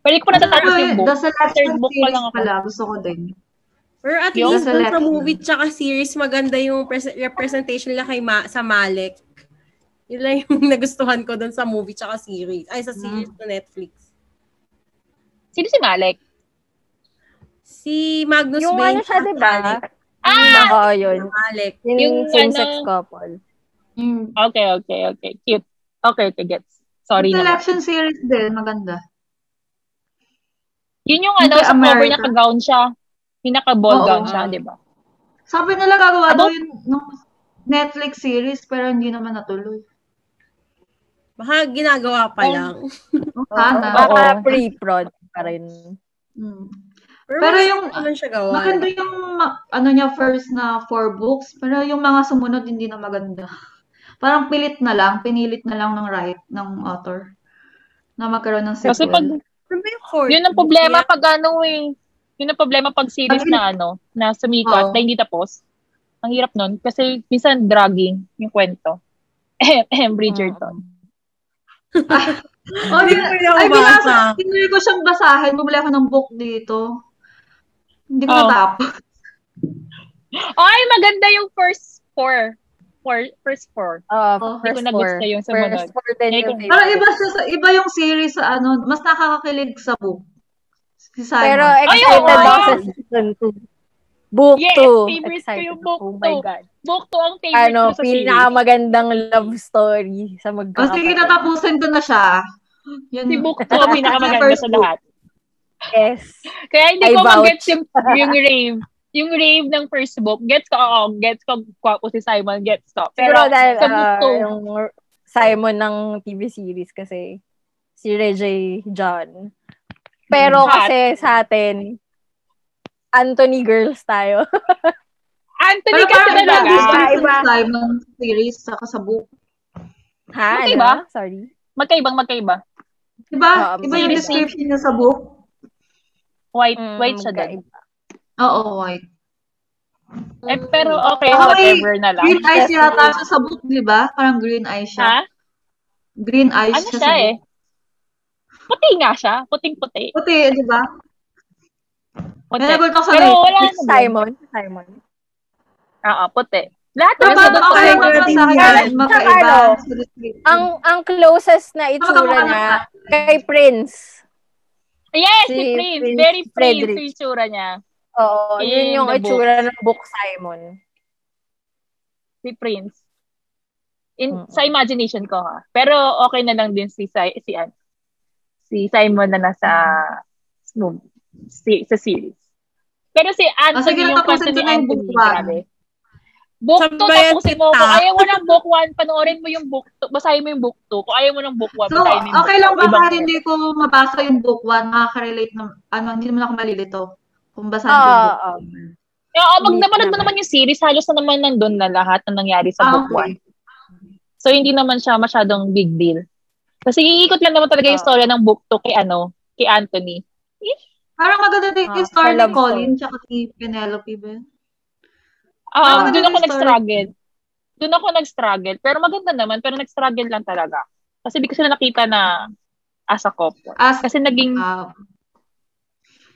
S1: Pero di ko pa natatapos
S5: Pero,
S1: yung
S5: The
S1: book.
S5: Selection
S1: Third book pa
S5: series
S1: lang ako.
S5: pala. Gusto ko din.
S4: Pero at
S1: Yung
S4: least dun sa
S5: selection.
S4: movie tsaka series, maganda yung pres- representation nila kay Ma- sa Malik. Yun lang yung nagustuhan ko dun sa movie tsaka series. Ay, sa
S5: Mm.
S4: series sa Netflix.
S1: Sino si Malek?
S4: Si Magnus
S3: Yung
S4: Bane.
S3: ano siya,
S4: tsaka
S3: di
S4: Malik.
S3: ba?
S5: Mm.
S1: Ah!
S3: Oo, yun.
S4: Malik.
S3: Yung,
S1: Yung
S3: same-sex
S1: ano-
S3: couple.
S5: Mm.
S1: Okay, okay, okay. Cute. Okay, okay, gets. Sorry
S5: The
S1: naman.
S5: Selection series din. Maganda.
S1: Yun yung
S5: Yung
S1: ano,
S5: kay
S1: sa cover
S5: America.
S1: naka-gown siya. Yung naka-ball
S5: Oo.
S1: gown siya, di ba?
S5: Sabi nila gagawa daw
S1: About-
S5: yun ng Netflix series pero hindi naman natuloy.
S4: Baka ginagawa pa
S1: Oh.
S4: lang.
S5: Sana.
S1: Oo.
S3: Baka pre-prod pa rin.
S5: Mm.
S4: Pero,
S5: Pero
S4: maganda
S5: yung-
S4: naman siya gawa.
S5: Maganda yung ma- ano niya first na four books pero yung mga sumunod hindi na maganda. Parang pilit na lang, pinilit na lang ng right ng author na magkaroon ng sequel.
S1: Kasi pag,
S4: Pero may court.
S1: yun ang problema pag ano eh. Yun ang problema pag series na ano, na sumikat,
S5: Oo.
S1: na hindi tapos. Ang hirap nun. Kasi minsan dragging yung kwento. Ehem, Bridgerton.
S5: Oh,
S4: Hindi
S5: yun-
S4: ko rin ako
S5: ay, binasa.
S4: basa.
S5: Tinuloy ko siyang basahin. Bumili ako ng book dito. Hindi ko
S1: Oh.
S5: natapos. Mm.
S1: Ay, maganda yung first four. four first four.
S3: Oo,
S5: Oh,
S1: hindi ko
S3: Uh, first
S1: na-gets
S3: four.
S1: na yung sumunod.
S3: First four din
S1: Hindi
S3: yung
S1: ko-
S5: Pero
S3: favorite.
S5: iba siya sa iba yung series sa ano, mas nakakakilig sa book. Si Simon.
S3: Pero
S1: ano? Ay,
S3: excited
S1: oo,
S3: ako
S1: yeah.
S3: sa season 2. Book 2.
S1: Yes, favorite ko yung book
S3: Oh my
S1: two.
S3: God.
S1: Book to ang favorite
S3: Ano,
S1: ko sa series.
S3: pinakamagandang love story sa
S5: oh, sige,
S3: magkakapatid.
S5: natapusin ko na siya. Yun,
S1: Si book to ang pinakamaganda
S5: First
S1: sa
S5: book.
S1: lahat.
S3: Yes.
S1: Kaya hindi
S3: I
S1: ko
S3: vouch.
S1: mag-gets yung, yung rave. Yung rave ng first book, gets ko, oo, gets ko, kwapo si Simon, gets ko.
S3: Siguro
S1: Pero
S3: dahil
S1: sa book
S3: ah,
S1: to,
S3: yung Simon ng TV series kasi si Reggie John. Pero
S1: Mm.
S3: kasi sa atin, Anthony girls tayo.
S1: Anthony
S5: Pero
S1: kasi
S5: parang iba
S1: talaga.
S3: gusto-
S5: yung story
S3: Iba.
S5: sa Simon series saka sa book.
S3: ha?
S1: Magkaiba?
S3: Ano? Sorry.
S1: Magkaibang magkaiba.
S5: Diba?
S3: Oo,
S5: iba yung
S1: series
S5: description niya sa book.
S1: White,
S3: Mm,
S1: white siya doon.
S3: magkaiba.
S5: Oo, white.
S1: Eh, pero okay,
S5: Baka may
S1: whatever na lang.
S5: Green eyes
S3: Kasi-
S5: yata siya sa book, di ba? Parang green eyes siya.
S1: Ha?
S5: Green eyes
S1: Ano
S5: siya,
S1: siya
S5: sa
S1: eh?
S5: book.
S1: Puti nga siya. Puting-puti.
S5: Puti, di ba?
S1: Puti.
S5: Nanagot ako sa
S1: Pero
S5: Netflix.
S1: wala
S3: Which
S1: na yun.
S3: Simon? Simon.
S1: Oo, puti. Lahat
S5: Pero
S1: ng sa
S5: parang
S1: book
S5: okay
S1: puti.
S5: lang naman sa akin
S4: Parang
S5: yun, magkaiba.
S3: ano,
S5: sa description.
S3: Ang ang closest na itsura
S5: Kamukha na
S3: niya
S5: natin.
S3: kay Prince.
S1: Yes, si
S3: Si
S1: Prince.
S3: Prince
S1: Very Prince
S3: Frederick.
S1: yung itsura niya.
S3: Oo, yun
S1: In
S3: yung
S1: the
S3: itsura ng book Simon.
S1: Si Prince. In,
S3: Mm-mm.
S1: Sa imagination ko ha. Pero okay na lang din si si, si, an- si Simon na nasa mov- si, sa series. Pero si
S5: Ah, sige,
S1: Anthony, yung
S5: tapusin
S1: kwento ni
S5: ko na yung
S1: Anthony,
S5: book one.
S1: grabe. Book 2,
S4: Sabayan
S1: tapusin mo.
S4: kita.
S1: Kung ayaw mo ng book 1, panoorin mo yung book 2. Basahin mo yung book 2. Kung ayaw mo ng book 1,
S5: So,
S1: basahin mo yung
S5: okay lang ba
S1: book two. Ibang
S5: kaya hindi ko mabasa yung book 1, makaka-relate ng, ano, hindi naman ako malilito kung basahin ko yung
S3: Oo,
S5: book
S3: oo.
S5: one.
S1: Oo, pag
S3: Hindi
S1: napanood mo
S3: naman.
S1: naman yung series, halos na naman nandun na lahat na nangyari sa
S5: Ah,
S1: book
S5: okay.
S1: 1. So, hindi naman siya masyadong big deal. Kasi iikot lang naman talaga
S5: Ah.
S1: yung
S3: Oo.
S1: story ng book 2 kay ano, kay Anthony.
S5: Parang maganda din
S3: Ah,
S5: yung
S3: sa
S5: story ni
S3: love
S5: Colin tsaka ni Penelope ba? yun? Parang
S1: Um,
S5: maganda Ah,
S1: doon ako
S5: yung story.
S1: nag-struggle. Doon ako nag-struggle. Pero maganda naman, pero nag-struggle lang talaga. Kasi di ko sila nakita na as a couple.
S5: As,
S1: Kasi naging,
S5: ah,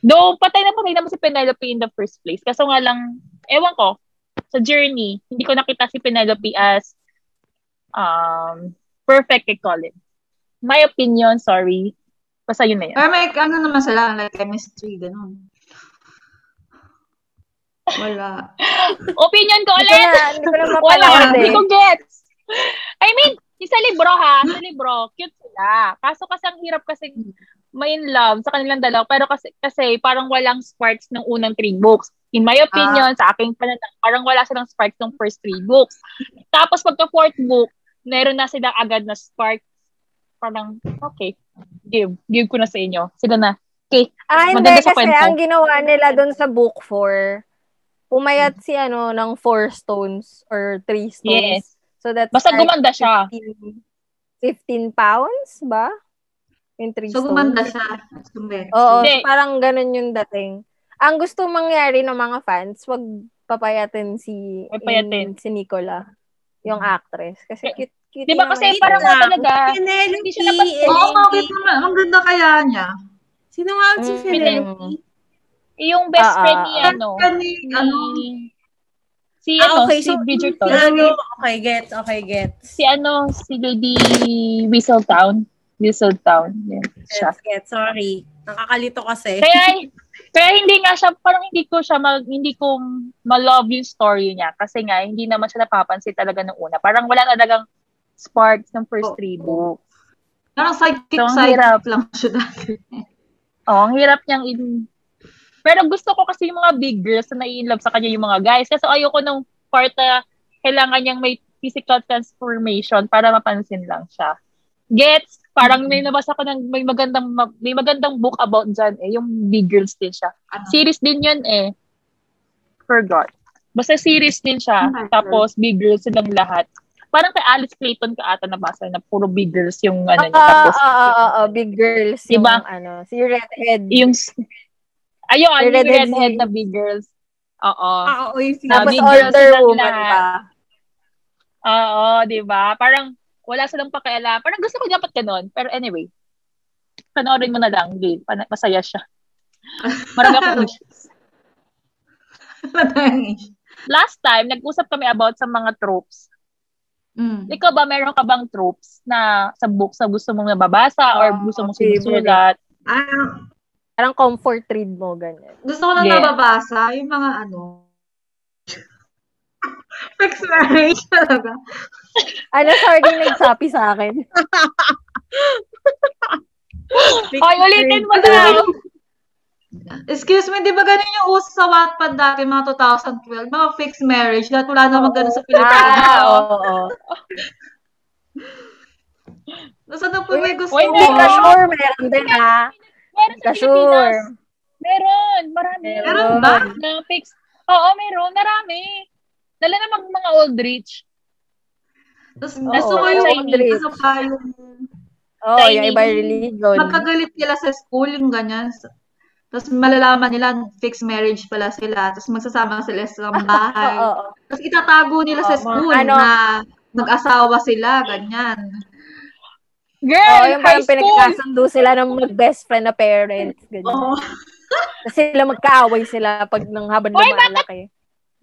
S1: though patay na patay naman si Penelope in the first place. Kaso nga lang, ewan ko, sa journey, hindi ko nakita si Penelope as um, perfect kay Colin. My opinion, sorry. Basta yun na yun.
S5: pero may ano naman sila, like chemistry, ganun. Wala.
S1: Opinion ko
S3: Hindi ko
S1: ulit!
S3: na, hindi ko na
S1: Wala,
S3: mapanood
S1: hindi
S3: eh.
S1: ko gets. I mean, yung sa libro ha, sa libro, cute sila. Kaso kasi ang hirap kasi may in love sa kanilang dalawa. Pero kasi, kasi parang walang sparks ng unang three books. In my
S3: Ah.
S1: opinion, sa aking pananaw, parang wala silang sparks ng first three books. Tapos pagka fourth book, meron na silang agad na spark. Parang, okay, give. Give ko na sa inyo. Sila na. Okay,
S3: Ah, hindi.
S1: Maganda sa
S3: Kasi
S1: kwento.
S3: ang ginawa nila doon sa book 4, pumayat
S1: Mm.
S3: si ano ng 4 stones or 3 stones.
S1: yes.
S3: So that's
S1: Basta
S3: like
S1: gumanda siya.
S3: 15, 15 pounds ba? Yung 3
S5: So,
S3: stones.
S5: gumanda siya. Sumbe.
S3: Oo,
S1: Hindi.
S3: so parang ganun yung dating. Ang gusto mangyari ng mga fans, wag papayatin si
S1: Huwag
S3: in-
S1: payatin.
S3: si Nicola, yung actress. Kasi
S1: Eh,
S3: cute, cute
S1: Mm. Di ba
S3: naman
S1: kasi
S3: siya.
S1: parang nga talaga,
S4: Penelope,
S1: hindi siya napansin.
S5: Oo,
S4: Eleni.
S5: bakit naman? Ang ganda kaya niya.
S4: Sino nga si
S3: Mm.
S4: Penelope?
S1: yung best
S3: Ah, ah,
S1: friend ni
S3: ah.
S1: ano,
S5: Kaya ni, ano,
S1: ni si
S4: Ah,
S1: ano,
S4: okay.
S1: si
S4: So,
S1: Bridgerton,
S4: Ano, okay, get, okay, gets.
S1: si ano, si Lady Whistletown, Whistletown, yeah, siya.
S4: Gets, gets. Sorry. Nakakalito kasi.
S1: Kaya kaya hindi nga siya parang hindi ko siya mag, hindi ko ma-love yung story niya kasi nga hindi naman siya napapansin talaga nung una. Parang wala talagang sparks ng
S4: Oh.
S5: Oo.
S1: first three books.
S5: parang sidekick,
S1: So, ang hirap.
S5: sidekick lang siya dati.
S1: Oh, ang hirap niyang in... Pero gusto ko kasi yung mga big girls na nai-love sa kanya yung mga guys. Kasi ayoko nung part na kailangan niyang may physical transformation para mapansin lang siya. Gets? Parang may nabasa ko ng may magandang ma- may magandang book about dyan eh. Yung big girls din siya.
S5: Ano?
S1: Series din yun eh. Forgot. Basta series din siya.
S3: Ano?
S5: Okay.
S1: Tapos big girls silang lahat. Parang kay Alice Clayton ka ata nabasa na puro big girls yung ano niya.
S3: Ah,
S1: Tapos
S3: ah, ah, ah, ah, big girls yung
S1: Diba?
S3: ano, si Redhead.
S1: yung s- ayun,
S3: Yung
S1: yung
S3: redhead
S1: redhead,
S3: series.
S1: na big girls. Oo.
S4: Ah, oo, yung
S1: Na
S3: Tapos
S1: big girls
S3: Older
S1: silang
S3: Woman
S1: lahat.
S3: pa.
S1: Oo, di ba? Parang wala silang pakialam. Parang gusto ko dapat ganun. Pero anyway, panoorin mo na lang, Gail. Pan- Masaya siya. Marami akong issues.
S5: Madami.
S1: Last time, nag-usap kami about sa mga tropes.
S5: Mm.
S1: Ikaw ba, meron ka bang tropes na sa book sa gusto mong nababasa or
S3: Oo,
S1: gusto mong
S3: favorite.
S1: sinusulat?
S5: Ah,
S3: Parang comfort read mo, ganyan.
S5: Gusto ko lang
S1: Yes.
S5: nababasa yung mga ano. Sex marriage talaga.
S3: Ano, sorry, nagsapi sa akin.
S1: Ay, ulitin mo
S5: Ano
S1: na!
S5: yung... Excuse me, di ba ganun yung uso sa Wattpad dati, mga 2012, mga fixed marriage, lahat wala naman ganun sa Pilipinas.
S3: Ah,
S1: oo.
S3: oo, oo.
S5: Basta ano po may gusto
S1: Uy,
S5: mo?
S3: Hindi ka
S1: meron.
S3: sure, meron din ah.
S1: Meron
S3: Hindi
S1: sa
S3: ka
S1: Pilipinas.
S3: sure.
S1: Meron. Marami.
S5: Meron ba?
S1: Na fix. Oo, meron. Marami. Dala na mag mga old rich.
S5: Tapos
S3: Oo,
S5: gusto ko
S1: oo,
S5: yung,
S1: Chinese.
S5: ano pa, yung
S3: Oo, yung iba
S1: Chinese.
S3: religion.
S5: magkagalit nila sa school, yung ganyan. Tapos malalaman nila, fixed marriage pala sila. Tapos magsasama sila sa isang
S3: Oo,
S5: bahay.
S3: oo.
S5: Tapos itatago nila sa
S3: Oo, mga
S5: school
S3: ano.
S5: na mag-asawa sila, ganyan.
S1: Girl,
S3: Oo, yung
S1: high
S3: parang
S1: school.
S3: pinagkasundo sila ng mag-best friend na parents, ganyan.
S5: Oo.
S3: Tapos sila magkaaway sila pag nang habang
S1: Oy, bakit?
S3: lumalaki.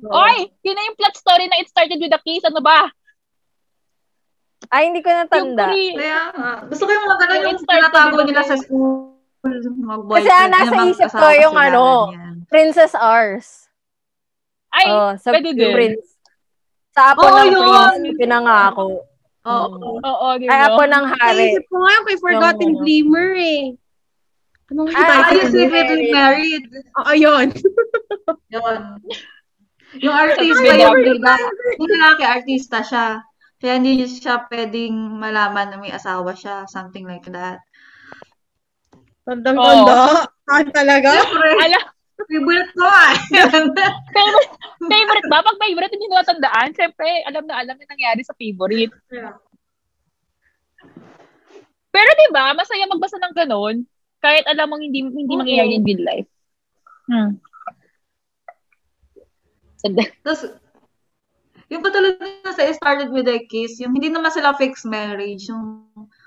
S1: Oy, yun na yung plot story na it started with a kiss. Ano ba?
S3: Ay, Ah, hindi ko
S1: Yung
S3: natanda.
S1: Korea.
S5: Kaya, nga. gusto ko yung mga ganun,
S1: Yung
S5: yung
S1: start
S5: tinatago
S1: ko din
S5: nila
S1: ako
S5: sa
S1: eh.
S5: school, mga
S3: Kasi ah,
S5: boyfriend,
S3: nasa
S5: yung mga
S3: isip ko
S5: asawa
S3: yung
S5: sila,
S3: ano,
S5: ganyan.
S3: Princess Ours.
S1: Ay,
S3: Oh, sa
S1: pwede din.
S3: Prince. Sa apo
S5: Oo,
S3: ng
S5: yun!
S3: Prince, pinangako.
S5: Oo.
S1: Oo, di
S3: Ay,
S1: ba?
S3: ako ng hari.
S4: Naisip ko nga kay Forgotten
S1: Oo.
S4: Glimmer eh. Anong Ah,
S3: Ah,
S5: Are
S4: title?
S5: you secretly married?
S4: Oo, yun.
S5: Yun. Yung artista, yung
S1: Sabi niya,
S5: bida, yung lalaki artista siya. Kaya hindi siya pwedeng malaman na may asawa siya, something like that.
S4: Tandang-tanda. Ah, talaga?
S5: Siyempre,
S1: Alam,
S5: favorite ko ah.
S1: favorite, favorite ba? Pag favorite, hindi nila tandaan. Siyempre, alam na alam na nangyari sa favorite. Pero di ba, masaya magbasa ng ganun. Kahit alam mong hindi hindi
S5: Oo.
S1: mangyayari in real life. Hmm. Sanda-
S5: Tapos, yung katulad na sa Started With a Kiss, yung hindi naman sila fixed marriage, yung,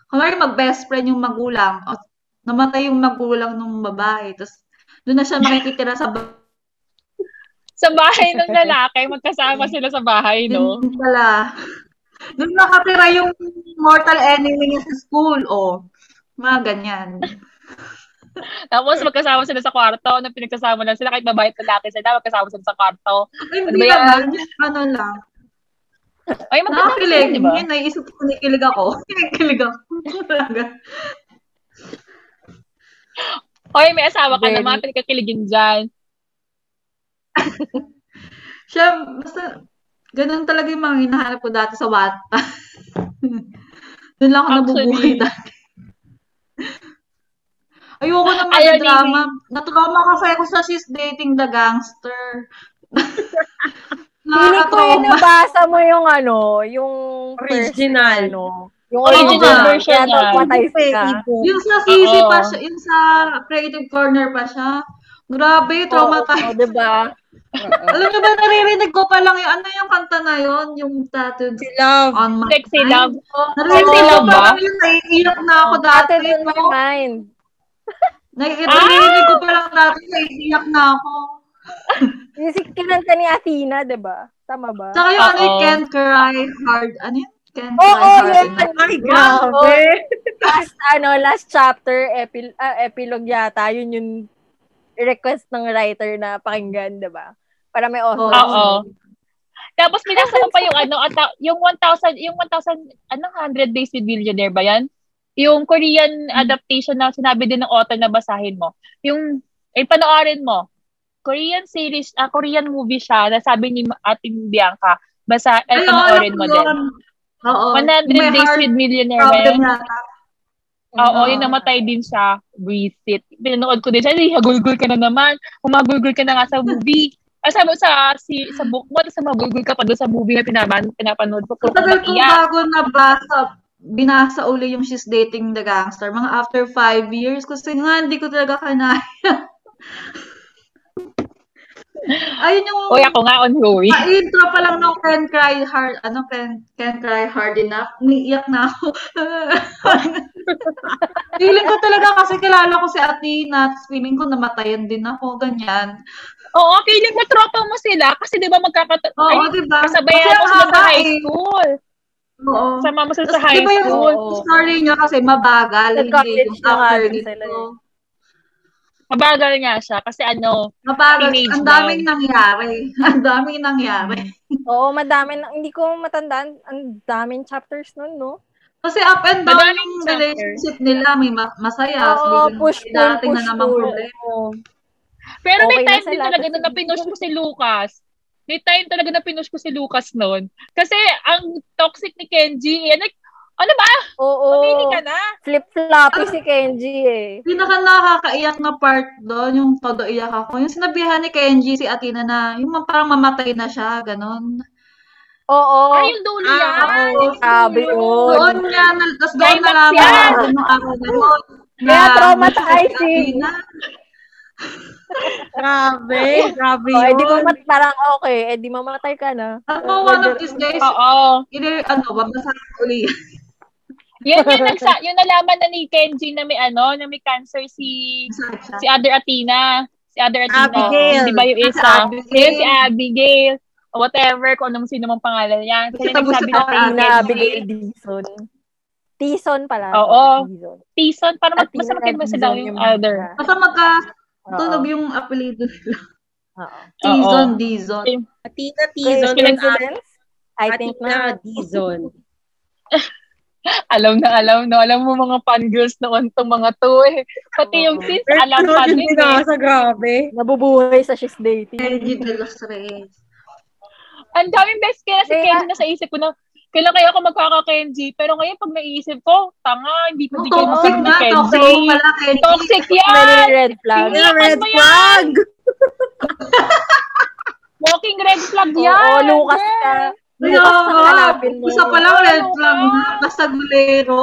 S5: kumari mag-best friend yung magulang, o, namatay yung magulang ng babae, tapos doon na siya makikitira sa bahay
S1: Sa bahay ng lalaki, magkasama sila sa bahay, no?
S5: din pala. Doon nakatira yung mortal enemy niya sa school, o. Mga ganyan.
S1: Tapos magkasama sila sa kwarto, na pinagsasama lang sila, kahit babae at lalaki sila, magkasama sila sa kwarto.
S5: Ay, hindi
S1: Ano ba yan?
S5: naman, ano lang.
S1: Ay, maganda
S5: Nakakilig.
S1: sila, di ba?
S5: Yun, naisip ko, nakikilig ako. Nakikilig ako. Talaga.
S1: Oy, may asawa ka
S3: Very-
S1: naman, pinagkakiligin dyan.
S5: Siya, basta, ganun talaga yung mga hinahanap ko dati sa Wattpad. Doon lang ako
S1: Actually.
S5: nabubuhay dati. Ayoko naman
S1: Ayaw
S5: ng
S1: ni-
S5: drama. Natrauma kasi ako sa She's Dating the Gangster.
S3: Feeling ko yung
S5: Nakakatrauma.
S3: nabasa mo yung ano, yung first,
S4: Original.
S3: ano, yung
S1: Oo
S3: original
S5: nga.
S3: version
S1: Kaya
S3: niya.
S1: nagpatay
S4: Facebook.
S5: Yung sa CC
S1: Oo.
S5: pa siya, yung sa Creative Corner pa siya. Grabe,
S3: Oo,
S5: traumatized.
S3: diba? Oo.
S5: Alam niyo ba, naririnig ko pa lang yung ano yung kanta na yon yung tattooed
S4: Si Love.
S5: on my
S1: Sexy
S5: mind.
S1: love.
S5: Naririnig
S1: Sexy
S5: ko pa
S1: love ba?
S5: lang yun, naiiyak na ako dati.
S3: Tattooed on my
S5: no?
S3: mind.
S5: Naiiyak,
S1: Ah!
S5: naririnig ko pa lang dati, naiiyak na ako.
S3: Yung si kinanta ni Athena, diba? Tama ba?
S5: Tsaka yung ano yung
S1: Oo.
S5: Can't Cry Hard, ano yun? Can't
S3: Oo,
S5: Cry Hard diba?
S3: yun.
S5: Enough.
S4: Ay, grabe.
S3: last ano last chapter epil ah, epilogue yata yun yung request ng writer na pakinggan 'di ba para may author
S5: Oo.
S1: Oo. Tapos binasa ko pa yung ano, ata, yung 1,000, yung 1,000, anong 100 Days with Millionaire ba yan? Yung Korean
S5: Hmm.
S1: adaptation na sinabi din ng author na basahin mo. Yung, eh, panoorin mo. Korean series, ah, Korean movie siya na sabi ni ating Bianca, basa, eh,
S5: Ayun,
S1: panoorin
S5: alam
S1: mo
S5: ko
S1: din.
S5: Ano, yun. Oo.
S1: 100
S5: May
S1: Days
S5: heart
S1: with Millionaire ba
S5: problem
S1: yan?
S5: yata.
S1: Oo,
S5: Oo.
S1: yun namatay din siya. Breathe it. Pinanood ko din siya. Ay, hagulgul ka na naman. Humagulgul ka na nga sa movie. Ay, sabi ko sa, si, sa book mo, tapos magulgul ka pa doon sa movie na pinaman, pinapanood ko. Puro ka
S5: Matagal
S1: naman
S5: kong
S1: iyak.
S5: bago nabasa, binasa uli yung She's Dating the Gangster. Mga after five years. Kasi nga, hindi ko talaga kanaya. Ayun yung...
S1: Uy, ako eh. nga ongoing.
S5: Pa-intro pa lang ng Can Cry Hard, ano, Can, can Cry Hard Enough, umiiyak na ako. feeling ko talaga kasi kilala ko si Athena, tapos feeling ko namatayan din ako, ganyan.
S1: Oo, feeling mo tropa mo sila kasi di ba magkakata...
S5: Oo,
S1: Ay,
S5: di ba?
S1: kasabayan
S5: Kasi ang
S1: mo sila sa
S5: haba
S1: high
S5: eh.
S1: school.
S5: Oo.
S1: Sama mo sila sa
S5: Tapos di
S1: high
S5: ba yung
S1: school.
S3: Oo.
S5: story niya kasi mabagal,
S3: Sa
S5: hindi
S3: college na
S5: yung
S3: nga
S5: after
S3: din sila
S5: nito.
S3: eh.
S1: Mabagal nga siya kasi ano,
S5: Mabagal,
S1: Teenage
S5: ang daming nangyari. Ang daming nangyari.
S3: oo madami na, hindi ko matandaan ang daming chapters nun no
S5: Kasi up and down
S1: Madaming
S5: yung
S1: chapter.
S5: relationship nila, may ma- masaya,
S3: oo
S5: biglang
S3: push
S5: may
S3: pull
S5: darating na
S3: push
S5: namang
S3: pull
S5: problema.
S3: oo
S1: Pero may
S3: Okay na
S1: time din
S3: sila,
S1: talaga
S3: kasi-
S1: na napinush ko si Lucas. May time talaga na pinush ko si Lucas noon. Kasi ang toxic ni Kenji, eh, like, ano ba?
S3: oo
S1: Pumili ka na.
S3: flip floppy
S5: Ano?
S3: si Kenji eh
S5: pinaka nakakaiyak na part doon, yung todo iyak ako, yung sinabihan ni Kenji si Athena na, yung ma- parang mamatay na siya, ganun.
S3: oo
S1: Ay, yung dulo
S4: Ah,
S1: yan.
S3: oo
S1: Yung
S3: sabi
S1: dulo.
S5: Doon
S3: yun
S5: niya, na- tapos doon
S1: Climax
S5: nalaman
S1: yan!
S5: ko nung araw na yun, na
S3: Kaya
S5: nasa si
S3: traumatizing.
S5: Athena.
S4: Grabe. Grabe
S3: Oh, edi
S4: yun.
S3: mamat parang okay, edi mamatay ka na.
S5: Ako,
S3: Oh,
S5: one of
S3: medyo-
S5: these days,
S1: Oo.
S5: either, ano, babasa ko uli.
S1: Yun yung nagsa, yung nalaman na ni Kenji na may ano, na may cancer si
S5: Isa siya.
S1: si Other Athena. Si Other Athena.
S4: Abigail.
S1: Hindi ba yung
S5: Si
S1: isa?
S5: Ah, Abigail.
S1: Yun si Abigail. O whatever, kung anong sino mang pangalan niya.
S5: Kasi
S1: Kasi
S5: tago
S1: nagsabi
S5: si
S1: na kay
S5: Athena,
S3: Athena,
S1: ah, Kenji.
S3: Abigail Dizon. eh, Tison pala.
S1: Oo.
S3: sorry, Dizon.
S1: Tison, para mag, mas
S3: Athena
S1: makinma
S3: Dizon
S1: sila yung
S3: yung
S1: other.
S3: isa.
S5: Basta magkatunog
S3: Oo,
S5: yung apelido nila.
S3: oo.
S5: Dizon,
S1: Oo.
S5: Dizon.
S1: Yung-
S4: Athena
S3: Coincidence?
S4: Tizon.
S3: I think
S4: Athena
S3: na.
S4: Dizon.
S1: alam na alam, no? Alam mo mga fangirls noon tong mga to eh. Pati yung sis, alam pa din eh.
S4: Sa grabe.
S3: Nabubuhay sa she's dating.
S5: Energy de los Reyes.
S1: Ang daming best kaya si
S3: Kaya-
S1: Kenji na sa isip ko na, kailan kaya ako magkaka-Kenji? Pero ngayon, pag naisip ko, tanga, hindi pa
S5: Ang
S1: di kayo
S5: toxic
S1: magkaka
S5: na, toxic mo
S1: Kenji.
S5: pala, Kenji.
S1: Toxic
S3: Many
S1: yan!
S3: red flag.
S1: Hindi
S4: Yeah,
S1: naman
S4: red
S1: mo yan.
S4: flag!
S1: Walking red flag yan!
S3: Oo, Lucas ka.
S1: Yeah.
S5: Kaya
S3: Lucas ka
S5: nga,
S3: hanapin mo.
S5: isa pa lang red
S1: Ano
S5: flag
S1: ka?
S5: na, kasagulero.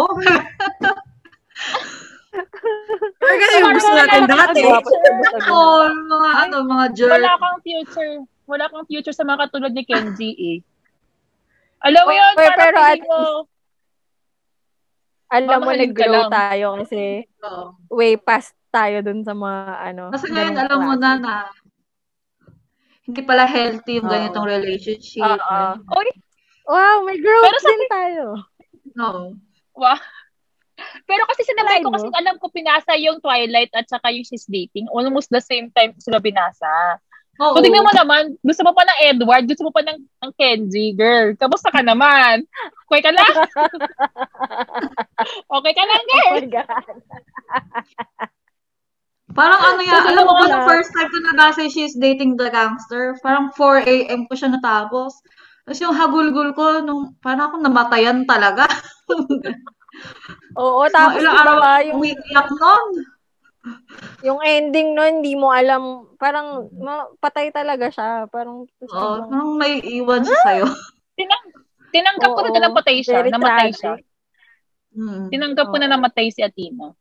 S4: Pero kasi yung gusto
S1: Parang
S4: natin
S1: wala kang
S4: dati.
S1: nagawa.
S3: Guwapo sa gusto.
S5: Oo, mga ano, mga jerk.
S1: Wala kang future. Wala kang future sa mga katulad ni Kenji eh. Alam mo yun,
S3: Oy,
S1: parang
S3: Oh, pero
S1: feeling
S3: at
S1: mo,
S3: Alam mo,
S1: Mamahalin ka
S3: nag-grow
S1: lang.
S3: tayo kasi
S5: Oo.
S3: way past tayo dun sa mga ano.
S5: Kasi ngayon,
S3: ganong
S5: alam mo
S3: klase.
S5: na na, hindi pala healthy yung
S4: Oo.
S5: ganitong relationship.
S3: Oo.
S1: Oy,
S3: Wow, may growth
S1: Pero sa-
S3: din tayo.
S5: No.
S1: Wow. Pero kasi sinabay
S3: Try
S1: ko
S3: mo.
S1: kasi alam ko pinasa yung Twilight at saka yung She's Dating. Almost the same time ko sila binasa.
S5: Oo.
S1: So, tingnan mo naman, gusto mo pa ng Edward, gusto mo pa ng, ng Kenji, girl. Kamusta ka naman? Okay ka lang? okay ka lang,
S3: Oh
S1: girl?
S3: my God.
S5: Parang ano yan,
S3: Kasi
S5: alam mo
S3: wala.
S5: ba, nung first time ko nabasa she's dating the gangster, parang 4 a.m. ko siya natapos. Tapos yung hagulgul ko, nung, parang akong namatayan talaga.
S3: Oo,
S5: Mga
S3: tapos di
S5: ilang
S3: ba
S5: araw
S3: ba,
S5: yung
S3: yung,
S5: umiiyak nun.
S3: yung ending nun, hindi mo alam, parang ma- patay talaga siya. Parang, tapos
S5: Oo,
S3: biglang-
S5: parang may iwan siya sa'yo.
S1: Tinang, tinanggap ko
S3: Oo,
S1: na napatay siya.
S3: very
S1: Namatay siya.
S3: tragic.
S5: Hmm.
S1: Tinanggap ko na
S3: Oo.
S1: namatay si Athena.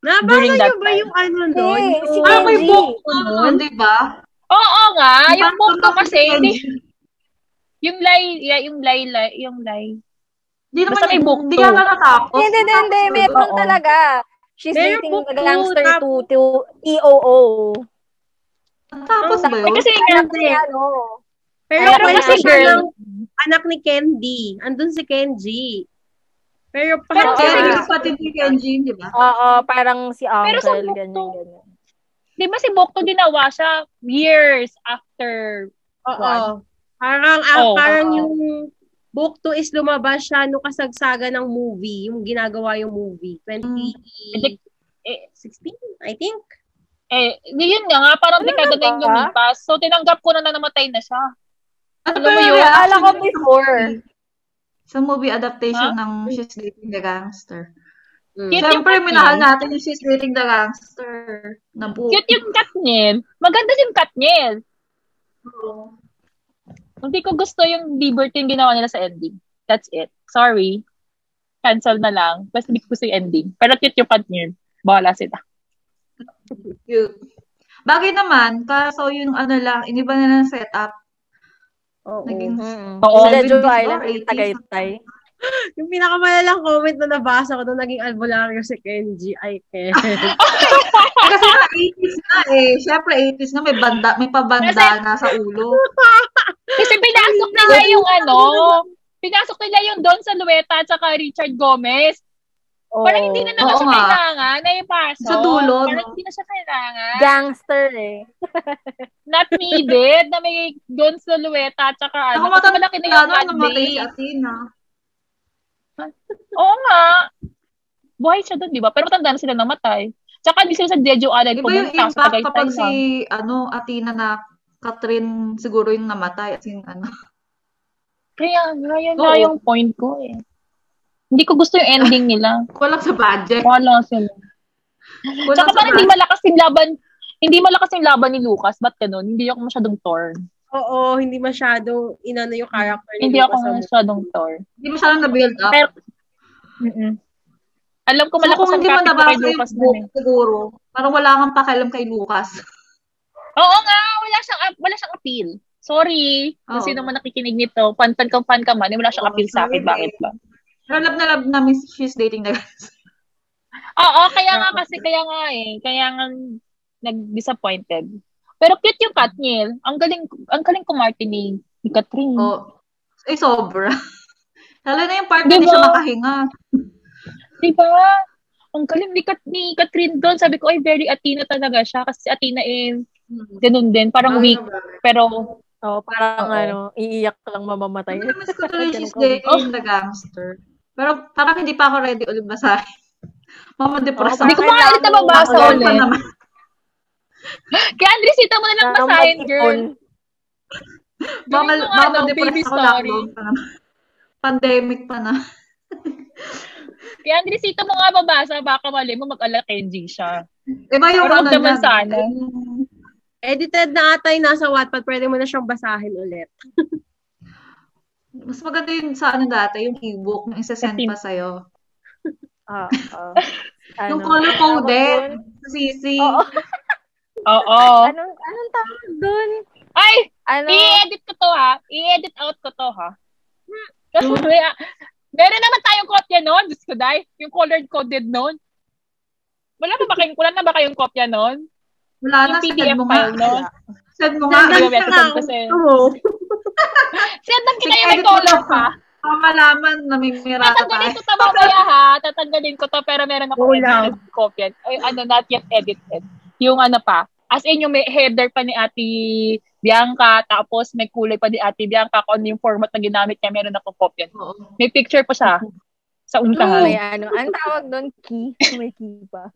S1: During
S4: Nabasa
S1: that
S4: niyo ba
S1: time.
S4: yung ano nun?
S3: Eh, si
S5: Parang may
S3: Kenji.
S5: book ko nun, Ano di ba?
S1: Oo nga, yung
S5: Parang
S1: book ko
S5: tumakas
S1: kasi,
S5: si
S1: hindi,
S5: Kenji.
S1: yung lay, yeah, yung lay, lay, yung lay.
S5: Hindi naman,
S1: Basta may book
S5: hindi
S1: to.
S5: yata natapos.
S3: Hindi, hindi, hindi.
S5: Natapos ba
S3: Meron
S1: Oo.
S3: talaga. She's
S4: Meron
S3: dating
S4: book
S3: the
S4: two,
S3: gangster
S4: tapos-
S3: to, E to EOO.
S5: Natapos ba
S1: Eh,
S5: yun?
S1: kasi nga,
S3: Anak ni
S4: Hindi.
S3: ano.
S4: Pero
S3: Pero
S4: wala
S3: kasi
S4: siya
S1: girl-
S4: ng anak ni Candy. Andun si Kenji. Pero
S1: Pero
S4: parang
S5: Kaya
S1: kasi
S5: yung
S1: nga-
S5: kapatid ni Kenji, di ba?
S3: Oo, parang si
S1: Pero sa
S3: uncle,
S1: book
S3: ganyan,
S1: to-
S3: ganyan.
S1: Di ba si Bokto ginawa siya years after
S4: Oo. Parang, ah,
S1: Oo.
S4: parang
S3: Oo.
S4: yung book 2 is lumabas siya nung kasagsaga ng movie, yung ginagawa yung movie.
S3: Hmm.
S4: 20,
S1: Like, eh,
S4: 16, I think.
S1: eh, di yun nga nga, parang
S3: Ano
S1: dekada
S3: na
S1: na yung
S3: ba?
S1: lumipas. So, tinanggap ko na na namatay na siya.
S5: Ano
S1: Alam
S5: ba
S1: mo
S5: yung
S1: yun?
S5: reaction
S3: Akala ko
S5: nila sa
S3: before.
S5: movie? Sa movie adaptation ng She's Dating the Gangster.
S4: Mm.
S1: Cute
S5: Siyempre,
S1: yung
S5: minahal
S1: Katniss.
S5: natin yung She's Dating the Gangster na book.
S1: Cute yung Katniel. Maganda yung Katniel. Hindi ko gusto yung Liberty yung ginawa nila sa ending. That's it. Sorry. Cancel na lang. Basta hindi ko gusto yung ending. Pero cute yung Katniel. Bahala sila.
S5: Cute. Bagay naman, kaso yung ano lang, iniba na lang setup.
S4: Oo.
S5: Naging
S3: Mm-mm.
S1: Oo.
S3: Sila Joe
S5: 70s
S3: Island,
S5: or 80s.
S3: Tagaytay.
S4: Yung pinakamalalang comment na nabasa ko nung naging albularyo si Kenji, I can.
S5: Eh, kasi na 80s na eh. Siyempre, 80s na may banda, may pabandana sa ulo.
S1: Kasi pinasok nila yung ano, pinasok nila yung Don Salueta at saka Richard Gomez.
S3: Oo.
S1: Parang hindi na naman
S5: Oo
S1: siya
S5: nga.
S1: kailangan na ipasok.
S5: Sa dulo,
S1: Parang
S5: no?
S1: hindi na siya kailangan.
S3: Gangster eh.
S1: Not needed na may Don Salueta at saka ano.
S5: Ako
S1: Kasi
S5: matanda
S1: malaki na yung
S5: na,
S1: fan
S5: namatay si
S1: base.
S5: Athena.
S1: Oo nga. Buhay siya doon, di ba? Pero matanda na sila namatay. Tsaka hindi sila sa Jeju
S5: Iba
S1: Island
S5: yung
S1: pumunta. Sa
S5: impact
S1: Tagaytay
S5: kapag si,
S1: lang.
S5: ano, Athena na Catherine siguro yung namatay. As in, ano.
S1: Kaya nga, yun
S5: Oo.
S1: na yung point ko eh. Hindi ko gusto yung ending nila.
S5: Kulang sa budget.
S1: Wala sila.
S5: Kulang
S1: Tsaka
S5: sa
S1: parang hindi
S5: budget.
S1: malakas yung laban, hindi malakas yung laban ni Lucas. Ba't ganun? Hindi ako masyadong torn.
S4: Oo, hindi masyadong inano yung character ni
S1: Hindi ako
S4: Lucas sa movie.
S1: masyadong torn.
S5: Hindi masyadong na-build up.
S1: Pero, mm Alam ko
S5: So,
S1: malakas
S5: kung
S1: ang
S5: hindi mo
S1: kapit ko kay
S5: nabasa yung
S1: Lucas
S5: book,
S1: nun eh.
S5: siguro, parang wala kang pakialam kay Lucas.
S1: Oo nga, wala siyang, wala siyang appeal. Sorry, kung
S5: Oo.
S1: sino man nakikinig nito, pantan kang fan ka man, eh, wala siyang
S5: Oo,
S1: appeal sa
S5: sorry,
S1: akin, bakit
S5: babe.
S1: ba?
S5: Pero love na love namin si she's dating the
S1: Oo, kaya nga kasi, kaya nga eh, kaya nga nag-disappointed. Pero cute yung Katniel. Ang galing, ang galing kumarte ni, ni Catherine.
S5: Oh, ay sobra. Lalo na yung part na
S1: Di
S5: hindi siya
S1: ba?
S5: makahinga.
S1: Di ba? Diba? Ang galing ni, Kat, ni Catherine doon. Sabi ko, ay, very Athena talaga siya. Kasi si Athena is, ganun din. Parang
S5: Bagay
S1: weak.
S5: na bagay.
S1: Pero,
S3: Oo, parang
S1: Oo.
S3: ano, iiyak lang mamamatay.
S5: Nami-miss ko tuloy
S3: Ganun
S5: she's
S3: ka.
S5: dating the gangster. Pero parang hindi pa ako ready ulit basahin.
S3: Oo,
S5: Mamadepress ako.
S1: Oh, Hindi ko makakalit na babasa
S5: Bakulan pa
S1: ulit.
S5: naman.
S1: Kaya Andres, ito mo na lang
S3: Parang
S1: basahin,
S3: mag-ipon.
S1: girl.
S5: Mamal,
S1: Gawin mo nga, ano,
S5: mamadepress
S1: baby
S5: ako
S1: story.
S5: lockdown pa naman. Pandemic pa na.
S1: Kaya Andres, ito mo nga babasa. Baka mali mo mag-ala Kenji siya.
S5: Iba yung ano Mm.
S1: Parang magdaman
S5: niyan,
S1: sana.
S5: yung-
S4: Edited na ata yung nasa Wattpad. Pwede mo na siyang basahin ulit.
S5: Mas maganda yung sa ano dati, yung e-book, yung isasend
S1: Kasi-
S5: pa sa'yo.
S3: Ah, ah.
S5: Yung
S3: Ano?
S5: color coded,
S3: Tawag
S5: CC.
S3: Oo.
S1: Oo.
S3: Anong, anong tawag doon?
S1: Ay,
S3: Ano?
S1: i-edit ko to ha. I-edit out ko to ha. Hmm. Kasi may- meron naman tayong kopya noon. Diyos ko, dai. Yung colored-coded noon. Wala na ba kayong, wala na ba kayong kopya noon?
S5: Wala na,
S1: Yung
S5: send
S1: PDF
S5: mo
S1: file
S5: nga.
S1: noon.
S5: Send mo nga.
S1: Hindi
S4: Nandang
S1: mo
S4: siya na
S1: message
S4: ako.
S1: kasi.
S4: Oo.
S1: Sendan kita yung may
S5: Edit mo
S1: color
S5: lang
S1: pa.
S5: pa. Para Ah, malaman na may mirata
S1: Tatanggalin
S5: tayo.
S1: ko to mamaya ha. Tatanggalin ko to pero meron ako
S4: Go lang.
S1: copy. Ay, ano, not yet edited. Yung ano pa. As in, yung may header pa ni Ate Bianca, tapos may kulay pa ni Ate Bianca, kung ano yung format na ginamit niya, meron ako copy.
S5: Oo.
S1: May picture pa siya sa
S3: May
S1: untahan.
S3: ano. Anong tawag doon? Key? May key pa.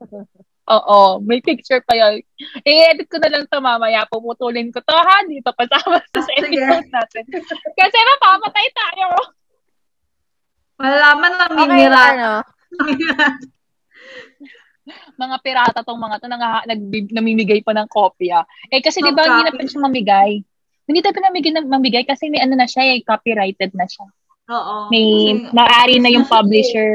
S1: Oo, may picture pa yun. I-edit ko na lang to mamaya. Puputulin ko to ha, dito kasama sa
S5: Sige.
S1: episode natin. Kasi mapapatay tayo.
S5: Malalaman na may
S3: Okay,
S5: mirata.
S3: ano?
S1: mga pirata tong mga to nang nag, namimigay pa ng kopya. Eh kasi 'di ba hindi na
S5: Copy.
S1: pwede siya mamigay. Hindi tayo pinamigay ng mamigay kasi may ano na siya, eh, copyrighted na siya.
S5: Oo.
S1: May
S5: Oh, Kasi-
S1: maari na yung
S5: Kasi-
S1: publisher.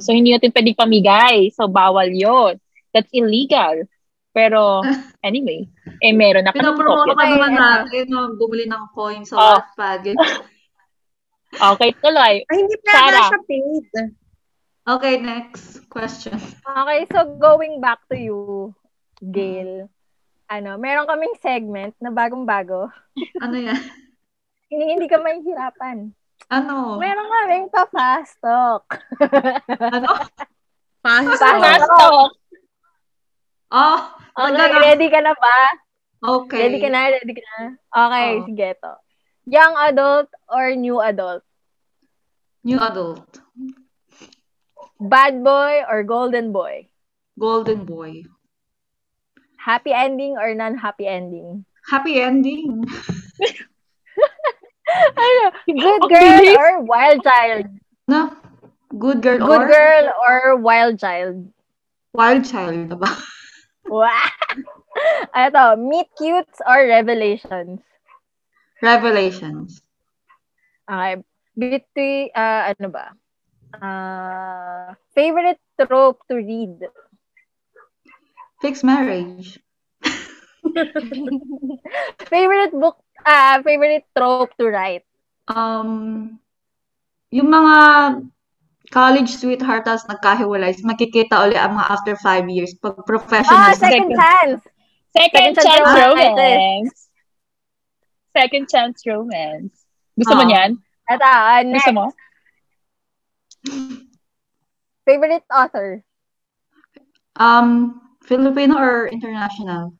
S5: Hmm.
S1: So hindi natin pwedeng pamigay. So bawal 'yon. That's illegal. Pero anyway, eh meron na kami
S5: Pinapromote
S1: kopya.
S5: pa
S3: Okay,
S5: naman
S3: ano?
S5: natin na bumili ng coin sa
S1: Oh.
S5: Wattpad.
S1: Okay, tuloy.
S4: Ay, hindi pala
S1: Sarah.
S4: siya paid.
S5: Okay, next question.
S3: Okay, so going back to you, Gail. Ano, meron kaming segment na bagong-bago.
S5: Ano yan?
S3: Hindi, hindi ka mahihirapan.
S5: Ano?
S3: Meron kaming pa-fast talk.
S5: Ano?
S4: Fast.
S1: Fast
S3: Fast
S1: talk.
S5: Oh,
S3: Okay,
S5: nagana-
S3: ready ka na ba?
S5: Okay.
S3: Ready ka na, ready ka na. Okay,
S5: Oo.
S3: sige to. Young adult or new adult?
S5: New adult.
S3: Bad boy or golden boy?
S5: Golden boy.
S3: Happy ending or non-happy ending?
S5: Happy ending.
S3: Ano? Good
S1: Ang
S3: girl
S1: bilis.
S3: or wild child?
S5: No? Good girl
S3: Good
S5: or
S3: girl or wild child?
S5: wild child Diba? ba?
S3: Wow! Ah, Ito, meet cutes or revelations?
S5: Revelations.
S3: Okay. Between, ah, ano ba? Ah, favorite trope to read?
S5: Fixed marriage.
S3: favorite book, ah, favorite trope to write?
S5: Um, yung mga college sweethearts nagkahiwalay, makikita uli ang mga after five years pag
S3: Ah,
S5: professionals. na.
S3: second
S1: second-
S3: chance!
S1: Second,
S3: Second
S1: chance
S3: chance romance.
S1: romance. Second chance romance. Gusto mo
S5: Oo.
S1: niyan?
S3: Ito, ah, next.
S1: Gusto mo?
S3: Favorite author?
S5: Um, Filipino or international?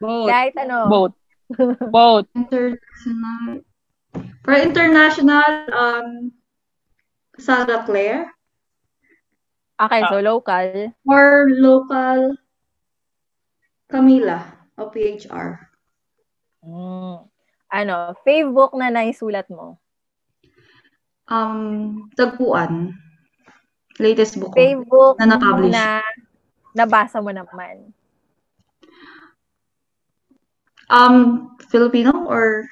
S4: Both.
S3: Kahit ano.
S1: Both. Both.
S5: International. For international, um, Sandra Claire.
S3: Okay, so local.
S5: For local, Camila o PHR.
S3: Mm. Ano, fave book na naisulat mo?
S5: Um, Tagpuan. Latest book ko.
S3: Fave book
S5: Na na-publish.
S3: na nabasa mo naman.
S5: Um, Filipino or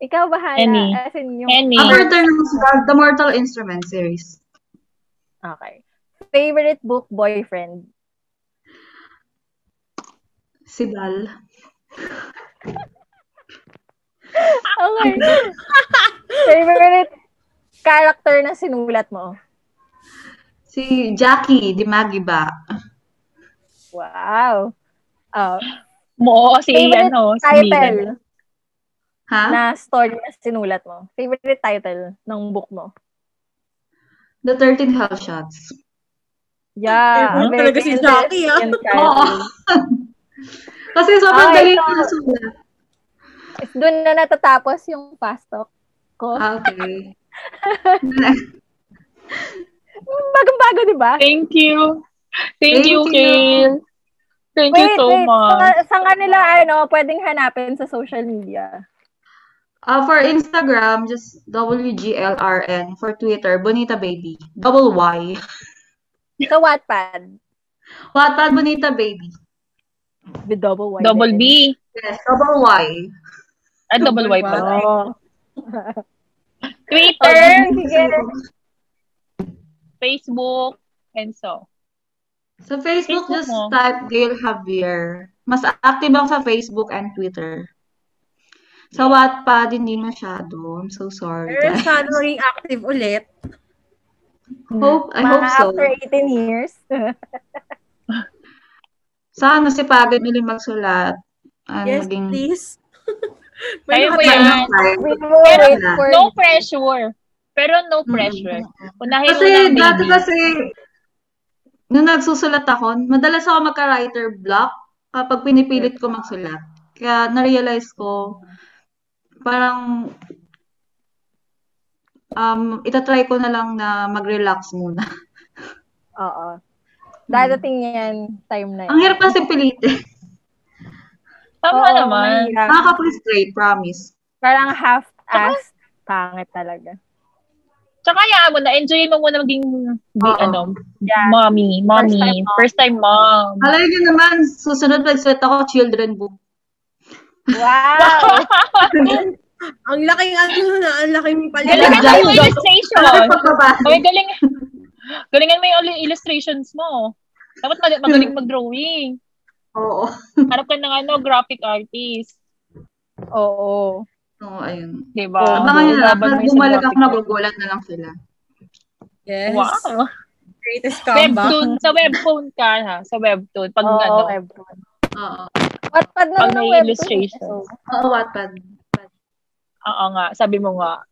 S3: Ikaw bahala.
S1: Any.
S3: As in yung...
S1: Any.
S5: After International, The Mortal Instrument series.
S3: Okay. Favorite book boyfriend?
S5: Si Bal.
S1: Oh
S3: Okay. Favorite character na sinulat mo?
S5: Si Jackie Di Magiba.
S3: Wow. Oh,
S1: Mo, si
S3: favorite
S1: ano, Ah? si
S3: title
S1: Mila.
S5: Ha?
S3: na story na sinulat mo? Favorite title ng book mo?
S5: The 13 Hell Shots.
S3: Yeah.
S4: Favorite talaga si Jackie, ah.
S5: Oo. Kasi sobrang
S3: Ay,
S5: galing
S3: ikaw.
S5: ng sulat.
S3: Doon na natatapos yung fast talk ko.
S5: Ah, Okay.
S3: Bagong-bago, di ba?
S1: Thank you. Thank,
S5: Thank
S1: you,
S5: you.
S1: Kale. Thank you so much.
S3: Saan, saan ka nila, ano, pwedeng hanapin sa social media?
S5: Uh, for Instagram, just WGLRN. For Twitter, Bonita Baby. Double Y.
S3: Sa Wattpad.
S5: Wattpad Bonita Baby.
S3: The double Y.
S1: Double
S3: din.
S1: B.
S5: Yes, double Y.
S1: Ah, double Y pala.
S3: Oo.
S1: Twitter,
S3: Sige.
S1: Facebook, and so.
S5: Sa Facebook,
S1: Facebook
S5: just
S1: mo.
S5: type Gail Javier. Mas active ako sa Facebook and Twitter. Sa Wattpad, hindi masyado. I'm so sorry,
S4: Pero
S5: guys.
S4: following active ulit.
S5: Hope, I
S3: Mga
S5: hope so.
S3: after 18 years.
S5: Sana si Pagod nili magsulat. Ah,
S4: Yes,
S5: naging...
S4: please.
S1: Ayun po
S4: nakataya
S1: yan.
S4: ako.
S3: We will wait for...
S1: No pressure. Pero no pressure. Unahin mo
S5: Mm-hmm. Kasi
S1: lang,
S5: dati
S1: baby.
S5: kasi, nung nagsusulat ako, madalas ako magka-writer block kapag pinipilit ko magsulat. Kaya na-realize ko, parang, um, itatry ko na lang na mag-relax muna.
S3: Oo. Dadating yan, time na yan.
S5: Ang hirap kasi pilitin.
S1: Tama
S3: Oo,
S1: naman.
S3: mahirap.
S5: Nakaka-frustrate, promise.
S3: Parang half-ass. Pangit talaga.
S1: Tsaka hayaan mo na, enjoy mo muna maging, di,
S5: Oo.
S1: ano,
S3: Yeah.
S1: mommy, mommy, first
S3: First
S1: time mom.
S5: Alay nyo naman, susunod magsulat ako, children book.
S3: Wow!
S4: Ang laking ano na, ang laking
S1: Galingan
S4: pala.
S5: Galing-
S1: mo yung
S5: Galing-
S1: illustration.
S5: Alay pagbaba.
S1: Okay, galing. Galingan mo yung uli- illustrations mo. Dapat mag- magaling mag-drawing.
S5: Oo.
S1: Harap ka ng ano, graphic artist.
S3: Oo.
S5: Oo, ayun.
S1: Diba?
S3: Oo.
S5: Oh. Abangan nyo lang,
S1: Laban mo
S5: pag
S1: yung
S5: bumalik
S1: sa
S5: ako,
S1: graphic artist.
S5: nagugulat na lang sila.
S4: Yes.
S1: Wow.
S4: Greatest
S1: Webtoon.
S4: comeback.
S1: Sa webtoon ka, ha? Sa webtoon. Pag
S3: Oo,
S1: ano,
S3: everyone.
S5: Oo.
S3: Wattpad na
S1: Pag
S3: lang
S1: may
S3: webtoon.
S1: illustration.
S3: So,
S5: Oo, Wattpad.
S1: oo nga, sabi mo nga.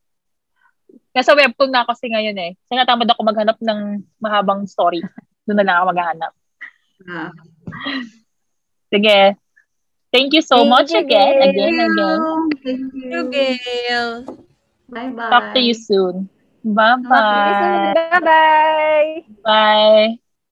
S1: Nasa webtoon na kasi ngayon eh. Kaya natamad ako maghanap ng mahabang story. Doon na lang ako maghanap.
S5: Ah.
S1: Sige. Thank you so
S3: Thank
S1: much
S3: you,
S1: again,
S3: Gail.
S1: again, again.
S5: Thank
S4: Thank
S5: you.
S4: you, Gail.
S5: Bye bye.
S1: Talk to you soon.
S5: Talk to
S1: Bye-bye.
S3: Bye-bye!
S1: Bye.